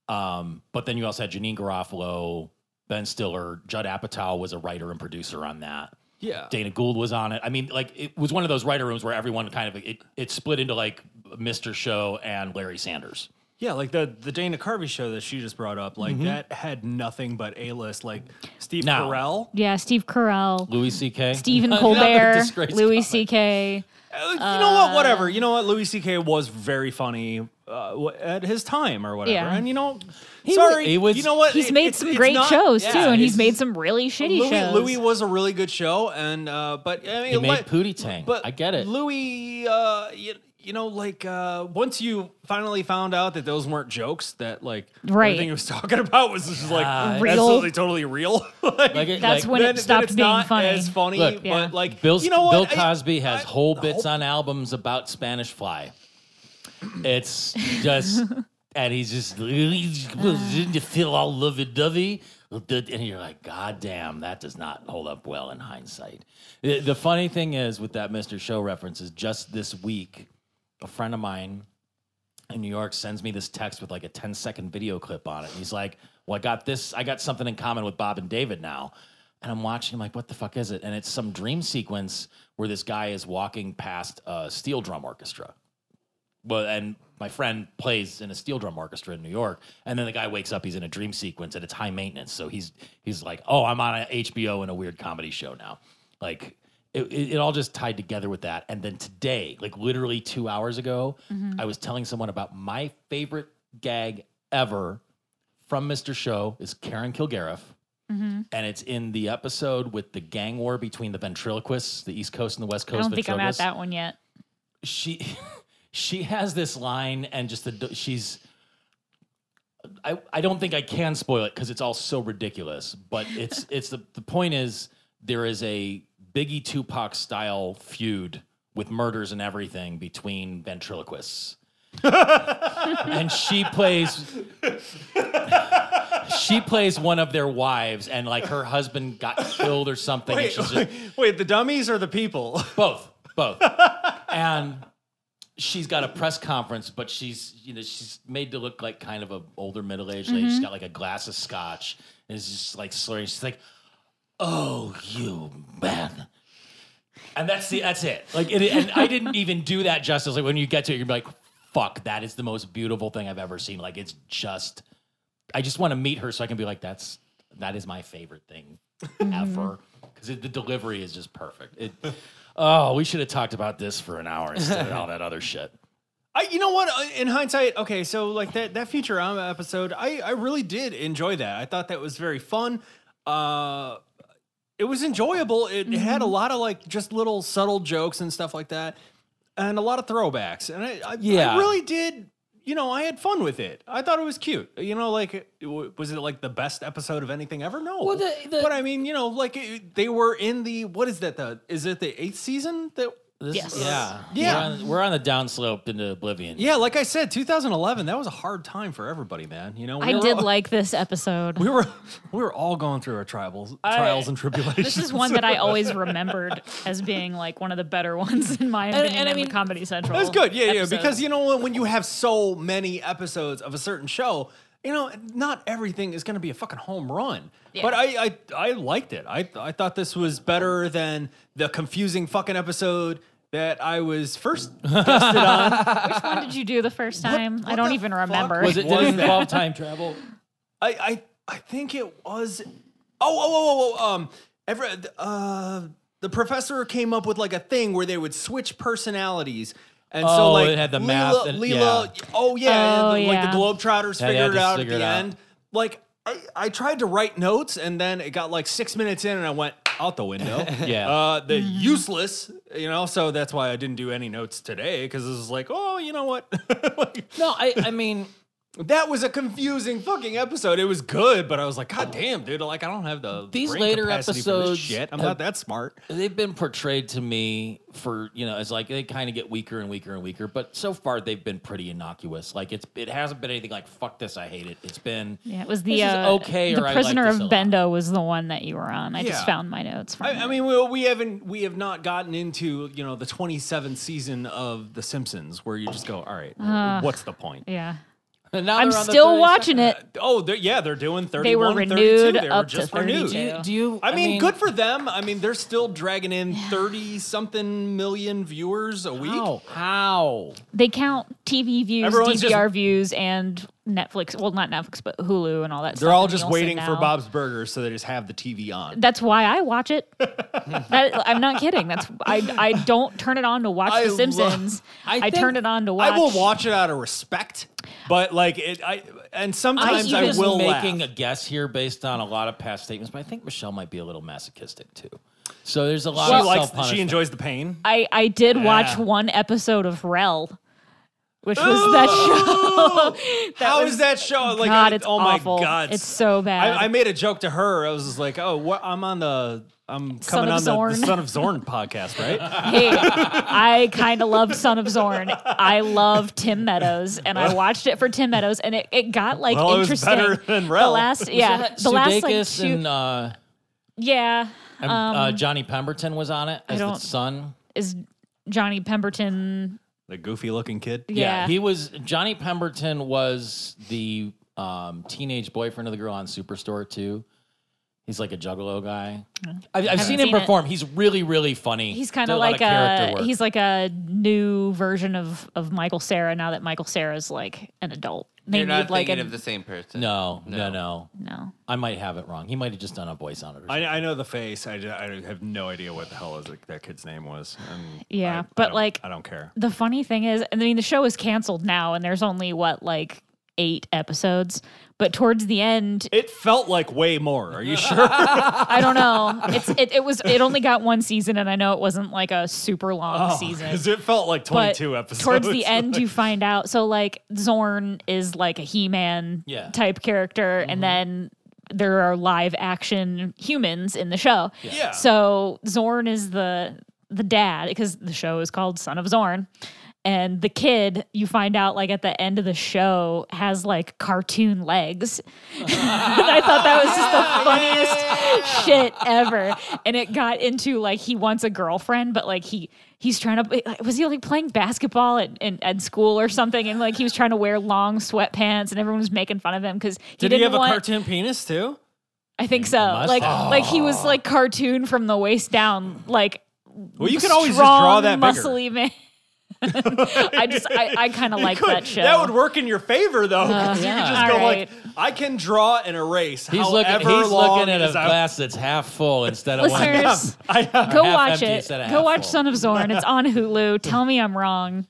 Speaker 3: Um, but then you also had Janine Garofalo, Ben Stiller, Judd Apatow was a writer and producer on that.
Speaker 2: yeah.
Speaker 3: Dana Gould was on it. I mean, like it was one of those writer rooms where everyone kind of it, it split into like Mister Show and Larry Sanders.
Speaker 2: Yeah, like the the Dana Carvey show that she just brought up, like
Speaker 1: Mm-hmm.
Speaker 2: that had nothing but A list, like Steve
Speaker 3: No.
Speaker 2: Carell.
Speaker 1: yeah, Steve Carell,
Speaker 3: Louis C.K.
Speaker 1: Stephen
Speaker 3: Another
Speaker 1: Colbert,
Speaker 3: disgraced
Speaker 1: Louis
Speaker 3: comic.
Speaker 1: C.K.
Speaker 2: Uh, you know what? Whatever. You know what? Louis C.K. was very funny uh, w- at his time or whatever.
Speaker 1: Yeah.
Speaker 2: And you know, sorry,
Speaker 3: wa- he was-
Speaker 2: You know what?
Speaker 1: He's
Speaker 2: It-
Speaker 1: made
Speaker 2: it's-
Speaker 1: some
Speaker 2: it's
Speaker 1: great
Speaker 2: not-
Speaker 1: shows
Speaker 2: yeah,
Speaker 1: too, and he's
Speaker 2: it's-
Speaker 1: made some really shitty
Speaker 2: Louis,
Speaker 1: shows.
Speaker 2: Louis was a really good show, and uh, but I mean,
Speaker 3: He made
Speaker 2: like-
Speaker 3: Pootie Tang.
Speaker 2: But
Speaker 3: I get it.
Speaker 2: Louis. Uh, you, you know, like uh, once you finally found out that those weren't jokes, that like
Speaker 1: Right.
Speaker 2: everything he was talking about was just like
Speaker 1: Real.
Speaker 2: absolutely totally real. like,
Speaker 3: Like it-
Speaker 1: That's
Speaker 3: like-
Speaker 1: when
Speaker 2: then-
Speaker 1: it
Speaker 2: then
Speaker 1: stopped
Speaker 2: it's
Speaker 1: being
Speaker 2: not
Speaker 1: funny.
Speaker 2: As funny,
Speaker 3: Look,
Speaker 2: but
Speaker 1: Yeah.
Speaker 2: like
Speaker 3: Bill's,
Speaker 2: you know what? I-
Speaker 3: Bill Cosby has
Speaker 2: I-
Speaker 3: whole bits on albums about Spanish fly. It's just, and he's just you feel all lovey dovey, and you're like, God damn, that does not hold up well in hindsight. The, the funny thing is with that Mr. Show reference is just this week, a friend of mine in New York sends me this text with like a 10 second video clip on it. And he's like, Well, I got this, I got something in common with Bob and David now. And I'm watching, I'm like, What the fuck is it? And it's some dream sequence where this guy is walking past a steel drum orchestra. Well, and my friend plays in a steel drum orchestra in New York. And then the guy wakes up, he's in a dream sequence and it's high maintenance. So he's he's like, Oh, I'm on a HBO and a weird comedy show now. Like, it, it, it all just tied together with that. And then today, like literally two hours ago,
Speaker 1: Mm-hmm.
Speaker 3: I was telling someone about my favorite gag ever from Mr. Show is Karen Kilgariff.
Speaker 1: Mm-hmm.
Speaker 3: And it's in the episode with the gang war between the ventriloquists, the East Coast and the West
Speaker 1: I
Speaker 3: Coast.
Speaker 1: don't think I'm at
Speaker 3: ventriloquists
Speaker 1: that one yet.
Speaker 3: she she has this line and just the she's I, I don't think I can spoil it because it's all so ridiculous. But it's it's the the point is there is a Biggie Tupac style feud with murders and everything between ventriloquists, and she plays she plays one of their wives, and like her husband got killed or something. and she's just,
Speaker 2: Wait, the dummies or the people?
Speaker 3: both both and she's got a press conference but she's you know she's made to look like kind of a older middle-aged lady she's got like a glass of scotch and is just like slurring she's like oh you man and that's the that's it like it, and i didn't even do that justice like when you get to it you're gonna be like fuck that is the most beautiful thing i've ever seen like it's just i just want to meet her so i can be like that's that is my favorite thing
Speaker 1: Mm-hmm.
Speaker 3: ever because the delivery is just perfect it Oh, we should have talked about this for an hour instead of all that other shit.
Speaker 2: I, you know what? uh, In hindsight, okay, so like that that Futurama episode, I I really did enjoy that. I thought that was very fun. Uh, it was enjoyable. It, it had a
Speaker 3: Mm-hmm.
Speaker 2: lot of like just little subtle jokes and stuff like that, and a lot of throwbacks. And I, I,
Speaker 3: Yeah.
Speaker 2: I really did. You know, I had fun with it. I thought it was cute. You know, like it w- was it like the best episode of anything ever? No,
Speaker 3: the- the-
Speaker 2: but I mean, you know, like it, they were in the what is that? The is it the eighth season that?
Speaker 3: This,
Speaker 1: Yes.
Speaker 3: Yeah.
Speaker 2: Yeah.
Speaker 3: We're on, we're on the downslope into oblivion.
Speaker 2: Yeah, like I said, 2011. That was a hard time for everybody, man. You know, we
Speaker 1: I
Speaker 2: were
Speaker 1: did
Speaker 2: all-
Speaker 1: like this episode.
Speaker 2: we were we were all going through our trials trials and tribulations.
Speaker 1: This is one that I always remembered as being like one of the better ones in my opinion.
Speaker 3: and I
Speaker 1: of the
Speaker 3: mean-
Speaker 1: Comedy Central.
Speaker 2: That's good. Yeah,
Speaker 1: episodes.
Speaker 2: yeah. Because you know when when you have so many episodes of a certain show, you know, not everything is going to be a fucking home run. But I, I I liked it. I I thought this was better than the confusing fucking episode that I was first
Speaker 1: which one did you do the first time? I
Speaker 2: what
Speaker 1: don't
Speaker 2: the
Speaker 1: even
Speaker 2: fuck
Speaker 1: remember.
Speaker 3: Was it did
Speaker 2: Was
Speaker 3: it
Speaker 2: that-
Speaker 3: involve time travel?
Speaker 2: I I I think it was. Oh oh oh oh. oh um, every uh, the professor came up with like a thing where they would switch personalities. And so
Speaker 3: Oh,
Speaker 2: like
Speaker 3: it had the
Speaker 2: Leela,
Speaker 3: math and-
Speaker 2: Leela, oh yeah,
Speaker 1: Oh,
Speaker 2: the- like
Speaker 1: yeah.
Speaker 2: the Globetrotters
Speaker 3: Yeah, they had
Speaker 2: figured it
Speaker 3: to
Speaker 2: out at
Speaker 3: figure
Speaker 2: the
Speaker 3: it out.
Speaker 2: end. Like I, I tried to write notes, and then it got like six minutes in, and I went out the window.
Speaker 3: Yeah.
Speaker 2: uh, the useless, you know. So that's why I didn't do any notes today because it was like, oh, you know what? Like,
Speaker 3: No, I, I mean,
Speaker 2: that was a confusing fucking episode. It was good, but I was like, God damn, dude! Like, I don't have the
Speaker 3: These
Speaker 2: brain
Speaker 3: later
Speaker 2: capacity for this
Speaker 3: episodes
Speaker 2: Shit, I'm
Speaker 3: have-
Speaker 2: not that smart.
Speaker 3: they've been portrayed to me for, you know, as like they kind of get weaker and weaker and weaker, but so far they've been pretty innocuous. Like it's it hasn't been anything like fuck this, I hate it. It's been
Speaker 1: yeah, it was the
Speaker 3: this is
Speaker 1: uh,
Speaker 3: okay
Speaker 1: The
Speaker 3: or I like
Speaker 1: Prisoner
Speaker 3: this a
Speaker 1: of
Speaker 3: lot.
Speaker 1: Bendo was the one that you were on. I just
Speaker 2: Yeah.
Speaker 1: found my notes from.
Speaker 2: I,
Speaker 1: it.
Speaker 2: I mean, we, we haven't we have not gotten into you know the 27th season of The Simpsons where you just go, all right, what's the point?
Speaker 1: yeah,
Speaker 3: And now
Speaker 1: I'm
Speaker 3: they're on the
Speaker 1: still
Speaker 3: 30
Speaker 1: watching it.
Speaker 2: Oh, they're, yeah, they're doing 31,
Speaker 1: They were
Speaker 2: 32.
Speaker 1: renewed
Speaker 2: They were
Speaker 1: up to
Speaker 2: just renewed.
Speaker 1: 32.
Speaker 3: second. Do you
Speaker 2: I mean, good for them. I mean, they're still dragging in 30 something million viewers a week.
Speaker 3: how? How?
Speaker 1: they count TV views,
Speaker 2: Everyone's
Speaker 1: DVR
Speaker 2: just-
Speaker 1: views, and Netflix. Well, not Netflix, but Hulu and all that.
Speaker 2: They're
Speaker 1: stuff
Speaker 2: all
Speaker 1: and
Speaker 2: just
Speaker 1: Nielsen
Speaker 2: waiting for
Speaker 1: now.
Speaker 2: Bob's Burgers, so they just have the TV on.
Speaker 1: That's why I watch it. that, I'm not kidding. That's I. I don't turn it on to watch
Speaker 2: I
Speaker 1: The
Speaker 2: lo-
Speaker 1: Simpsons.
Speaker 3: I
Speaker 1: I,
Speaker 3: think-
Speaker 1: turn it on to watch.
Speaker 2: I will watch it out of respect, but like it, I and sometimes
Speaker 3: I'm
Speaker 2: I,
Speaker 3: just
Speaker 2: will
Speaker 3: making
Speaker 2: laugh.
Speaker 3: a guess here based on a lot of past statements, but I think Michelle might be a little masochistic too. So there's a lot
Speaker 2: she
Speaker 3: of
Speaker 2: likes,
Speaker 3: self-punishment.
Speaker 2: she enjoys the pain.
Speaker 1: I, I did watch
Speaker 3: Yeah.
Speaker 1: one episode of Rel, which was that show.
Speaker 2: How
Speaker 1: was-
Speaker 2: is that show? Like,
Speaker 1: God,
Speaker 2: I-
Speaker 1: it's
Speaker 2: oh
Speaker 1: awful.
Speaker 2: my god,
Speaker 1: It's so bad.
Speaker 2: I, I made a joke to her. I was just like, oh, what? I'm on the. I'm
Speaker 1: Son
Speaker 2: coming
Speaker 1: of
Speaker 2: on the, the
Speaker 1: Zorn.
Speaker 2: Son of Zorn podcast, right?
Speaker 1: hey, I kind of love Son of Zorn. I love Tim Meadows, and I watched it for Tim Meadows, and it, it got like
Speaker 2: Well, it was
Speaker 1: interesting.
Speaker 2: better than
Speaker 1: The
Speaker 2: Rel.
Speaker 1: last, yeah, the last like
Speaker 3: Sudeikis
Speaker 1: two,
Speaker 3: and, uh,
Speaker 1: yeah,
Speaker 3: and, uh, Johnny Pemberton was on it as the
Speaker 1: don't-
Speaker 3: son.
Speaker 1: is Johnny Pemberton.
Speaker 2: the goofy looking kid.
Speaker 1: Yeah,
Speaker 3: he was. Johnny Pemberton was the um, teenage boyfriend of the girl on Superstore too. He's like a juggalo guy. I've, I've seen him
Speaker 1: seen it.
Speaker 3: perform. He's really, really funny.
Speaker 1: He's
Speaker 3: Did
Speaker 1: kind of
Speaker 3: lot
Speaker 1: like
Speaker 3: character
Speaker 1: a
Speaker 3: work.
Speaker 1: he's like a new version of of Michael Sarah now that Michael Sarah's like an adult. They
Speaker 4: You're
Speaker 1: need
Speaker 4: not
Speaker 1: like
Speaker 4: thinking
Speaker 1: a
Speaker 4: of the same person.
Speaker 3: no, no, no.
Speaker 1: no.
Speaker 3: I might have it wrong. He might have just done a voice on it. Or something.
Speaker 2: I, I know the face. I, ju- I have no idea what the hell is it, that kid's name was. and
Speaker 1: Yeah,
Speaker 2: I- I
Speaker 1: but
Speaker 2: don't-
Speaker 1: like-
Speaker 2: I don't care.
Speaker 1: The funny thing is, I mean, the show is canceled now, and there's only what like eight episodes, but towards the end,
Speaker 2: It felt like way more. Are you sure?
Speaker 1: I don't know. It's it, it was it only got one season, and I know it wasn't like a super long season.
Speaker 2: Because it felt like
Speaker 1: But
Speaker 2: 22 episodes.
Speaker 1: towards the end, you find out. So like Zorn is like a He-Man
Speaker 3: Yeah.
Speaker 1: type character,
Speaker 2: Mm-hmm.
Speaker 1: and then there are live action humans in the show.
Speaker 2: Yeah.
Speaker 1: So Zorn is the the dad because the show is called Son of Zorn. And the kid, you find out like at the end of the show, has like cartoon legs. and I thought that was just the funniest shit ever. And it got into like he wants a girlfriend, but like he he's trying to like, was he like playing basketball at, in, at school or something? And like he was trying to wear long sweatpants, and everyone was making fun of him because he
Speaker 2: Did
Speaker 1: didn't
Speaker 2: he have
Speaker 1: want.
Speaker 2: a cartoon penis too?
Speaker 1: I think so.
Speaker 3: must
Speaker 1: Like
Speaker 3: have.
Speaker 1: like he
Speaker 2: Oh.
Speaker 1: was like cartoon from the waist down, like
Speaker 2: Well, you can always just draw that
Speaker 1: strong,
Speaker 2: bigger.
Speaker 1: muscly man. I just I, I kind of like
Speaker 2: Could-
Speaker 1: that show. Uh,
Speaker 2: That would work in your favor though, because you
Speaker 1: yeah.
Speaker 2: could just go
Speaker 1: All
Speaker 2: like, I can draw and erase.
Speaker 3: He's
Speaker 2: however
Speaker 3: looking. He's
Speaker 2: long
Speaker 3: looking at a
Speaker 2: as I-
Speaker 3: glass that's half full instead of one. half-
Speaker 1: Listeners,
Speaker 2: I have.
Speaker 1: go
Speaker 3: half
Speaker 1: watch
Speaker 3: empty
Speaker 1: it.
Speaker 3: instead of
Speaker 1: Go
Speaker 3: half
Speaker 1: watch
Speaker 3: full.
Speaker 1: Son of Zorn. It's on Hulu. Tell me I'm wrong,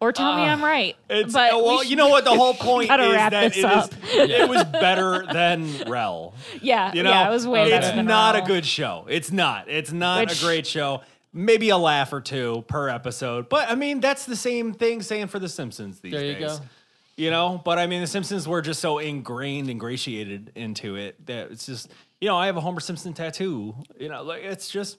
Speaker 1: or tell me I'm right.
Speaker 2: Uh, It's,
Speaker 1: but
Speaker 2: oh, well,
Speaker 1: we should-
Speaker 2: you know what? The whole point is
Speaker 1: Gotta wrap
Speaker 2: that it
Speaker 1: this
Speaker 2: is.
Speaker 1: up.
Speaker 2: It was better than Rel.
Speaker 1: yeah,
Speaker 2: You know,
Speaker 1: yeah, it was way
Speaker 2: It's
Speaker 1: better than
Speaker 2: not
Speaker 1: Raoul.
Speaker 2: a good show. It's not. It's not
Speaker 1: Which-
Speaker 2: a great show. Maybe a laugh or two per episode, but I mean that's the same thing saying for the Simpsons these
Speaker 3: There you
Speaker 2: days.
Speaker 3: go.
Speaker 2: You know, but I mean the Simpsons were just so ingrained, ingratiated into it that it's just you know I have a Homer Simpson tattoo. You know, like it's just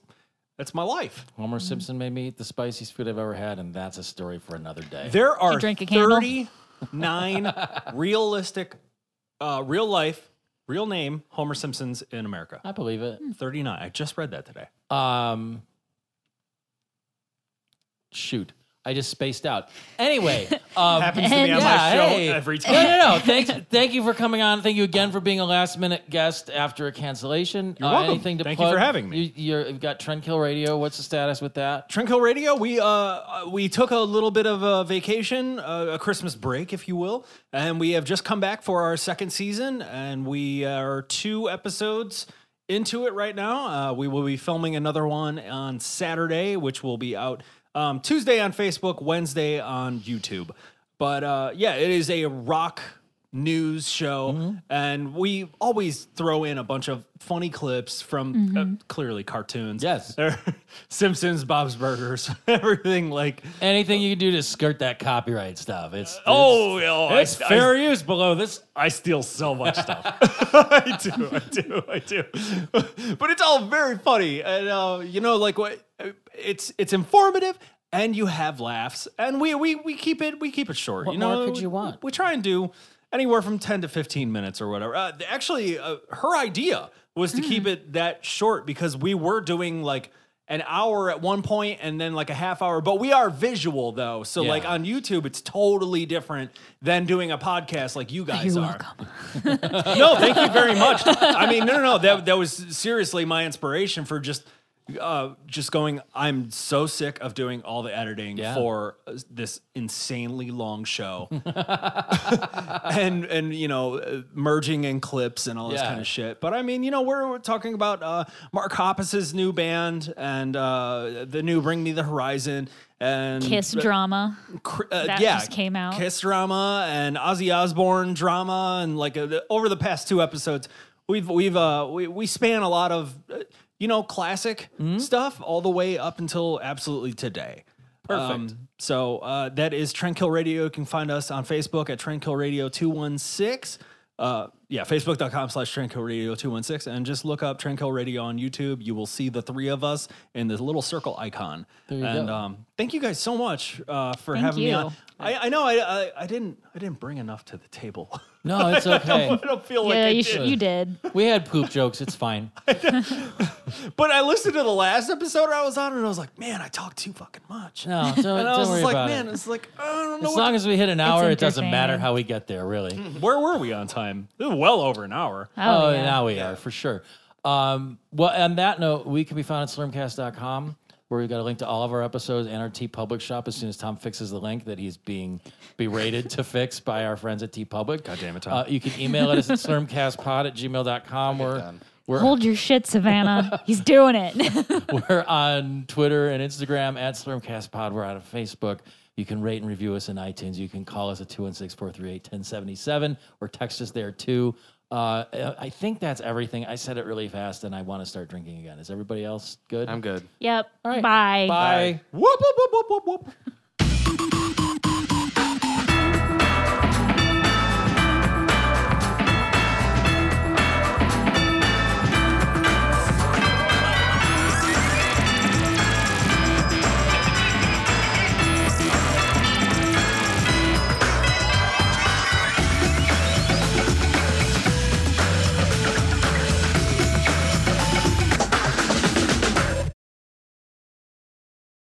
Speaker 2: that's my life.
Speaker 3: Homer Simpson made me eat the spiciest food I've ever had, and that's a story for another day.
Speaker 2: There are
Speaker 1: drink a candle?
Speaker 2: thirty-nine realistic, uh, real life, real name Homer Simpsons in America.
Speaker 3: I believe it.
Speaker 2: Thirty-nine. I just read that today.
Speaker 3: Um, shoot, I just spaced out. Anyway, um,
Speaker 2: Happens to be on my
Speaker 3: yeah,
Speaker 2: show
Speaker 3: hey.
Speaker 2: every time.
Speaker 3: No, no, no. Thanks, thank you for coming on. Thank you again for being a last minute guest after a cancellation. Uh, You're
Speaker 2: welcome. Thank you for having me.
Speaker 3: You, you're, you've got Trendkill Radio. What's the status with that?
Speaker 2: Trinco Radio, we uh we took a little bit of a vacation, uh, a Christmas break, if you will, and we have just come back for our second season, and we are two episodes into it right now. Uh, we will be filming another one on Saturday, which will be out um, Tuesday on Facebook, Wednesday on YouTube. But uh, yeah, it is a rock news show and we always throw in a bunch of funny clips from uh, clearly cartoons
Speaker 3: Yes.
Speaker 2: They're simpsons bob's burgers everything like
Speaker 3: Anything you can do to skirt that copyright stuff? It's, it's
Speaker 2: oh, oh, I,
Speaker 3: it's fair
Speaker 2: I,
Speaker 3: use below this.
Speaker 2: I steal so much stuff i do i do i do but it's all very funny and uh, you know like what it's it's informative and you have laughs and we we, we keep it we keep it short
Speaker 3: What
Speaker 2: you know
Speaker 3: more could you
Speaker 2: We-
Speaker 3: want?
Speaker 2: we try and do anywhere from 10 to 15 minutes or whatever uh, th- actually uh, her idea was to
Speaker 3: Hmm.
Speaker 2: keep it that short because we were doing like an hour at one point and then like a half hour but we are visual though so like
Speaker 3: Yeah.
Speaker 2: on youtube it's totally different than doing a podcast like you guys
Speaker 1: You're
Speaker 2: are
Speaker 1: welcome.
Speaker 2: no, thank you very much. I mean, no, no, no. That that was seriously my inspiration for just uh, just going. I'm so sick of doing all the editing
Speaker 3: Yeah.
Speaker 2: for this insanely long show, and and you know, uh, merging in clips and all this
Speaker 3: Yeah.
Speaker 2: kind of shit. But I mean, you know, we're, we're talking about uh, Mark Hoppus's new band and uh, the new Bring Me the Horizon. And
Speaker 1: Kiss drama.
Speaker 2: cr- uh,
Speaker 1: That
Speaker 2: yeah,
Speaker 1: just came out.
Speaker 2: Kiss drama and Ozzy Osbourne drama, and like uh, the, over the past two episodes, we've we've uh, we we span a lot of uh, you know classic stuff all the way up until absolutely today. Perfect. so uh, that is Trendkill Radio. You can find us on Facebook at Trendkill Radio two one six. Uh, yeah, facebook.com slash Trendkill Radio 216. And just look up Trendkill Radio on YouTube. You will see the three of us in the little circle icon.
Speaker 3: you
Speaker 2: and
Speaker 3: go.
Speaker 2: Um, thank you guys so much uh, for
Speaker 1: Thank
Speaker 2: having me
Speaker 1: you.
Speaker 2: on. I, I know I, I I didn't I didn't bring enough to the table.
Speaker 3: No, it's okay.
Speaker 2: I don't feel like
Speaker 1: Yeah,
Speaker 2: I
Speaker 1: you,
Speaker 2: did.
Speaker 1: sh- you did.
Speaker 3: we had poop jokes. It's fine.
Speaker 2: But I listened to the last episode I was on and I was like, man, I talked too fucking much.
Speaker 3: No, don't,
Speaker 2: and I
Speaker 3: don't
Speaker 2: was
Speaker 3: worry
Speaker 2: just like,
Speaker 3: about
Speaker 2: man,
Speaker 3: it.
Speaker 2: it's like I don't know.
Speaker 3: As
Speaker 2: what- Mm-hmm.
Speaker 3: long as we hit an hour, it doesn't
Speaker 1: entertaining.
Speaker 3: matter how we get there, really.
Speaker 2: where were we on time? It was well over an hour.
Speaker 1: Oh,
Speaker 3: Oh,
Speaker 1: yeah.
Speaker 3: now we are for sure. Um, well, on that note, we can be found at slurmcast.com where we've got a link to all of our episodes and our T Public shop as soon as Tom fixes the link that he's being berated to fix by our friends at T Public. God
Speaker 2: damn it, Tom.
Speaker 3: Uh, you can email us at slurmcastpod at gmail.com. We're, We're
Speaker 1: Hold your shit, Savannah. He's doing it.
Speaker 3: We're on Twitter and Instagram at SlurmcastPod. We're on Facebook. You can rate and review us in iTunes. You can call us at 216 438 1077 or text us there too. Uh, I think that's everything. I said it really fast and I want to start drinking again. Is everybody else good?
Speaker 4: I'm good.
Speaker 1: yep.
Speaker 3: All right.
Speaker 1: Bye.
Speaker 3: Bye.
Speaker 2: Whoop, whoop, whoop, whoop, whoop, whoop.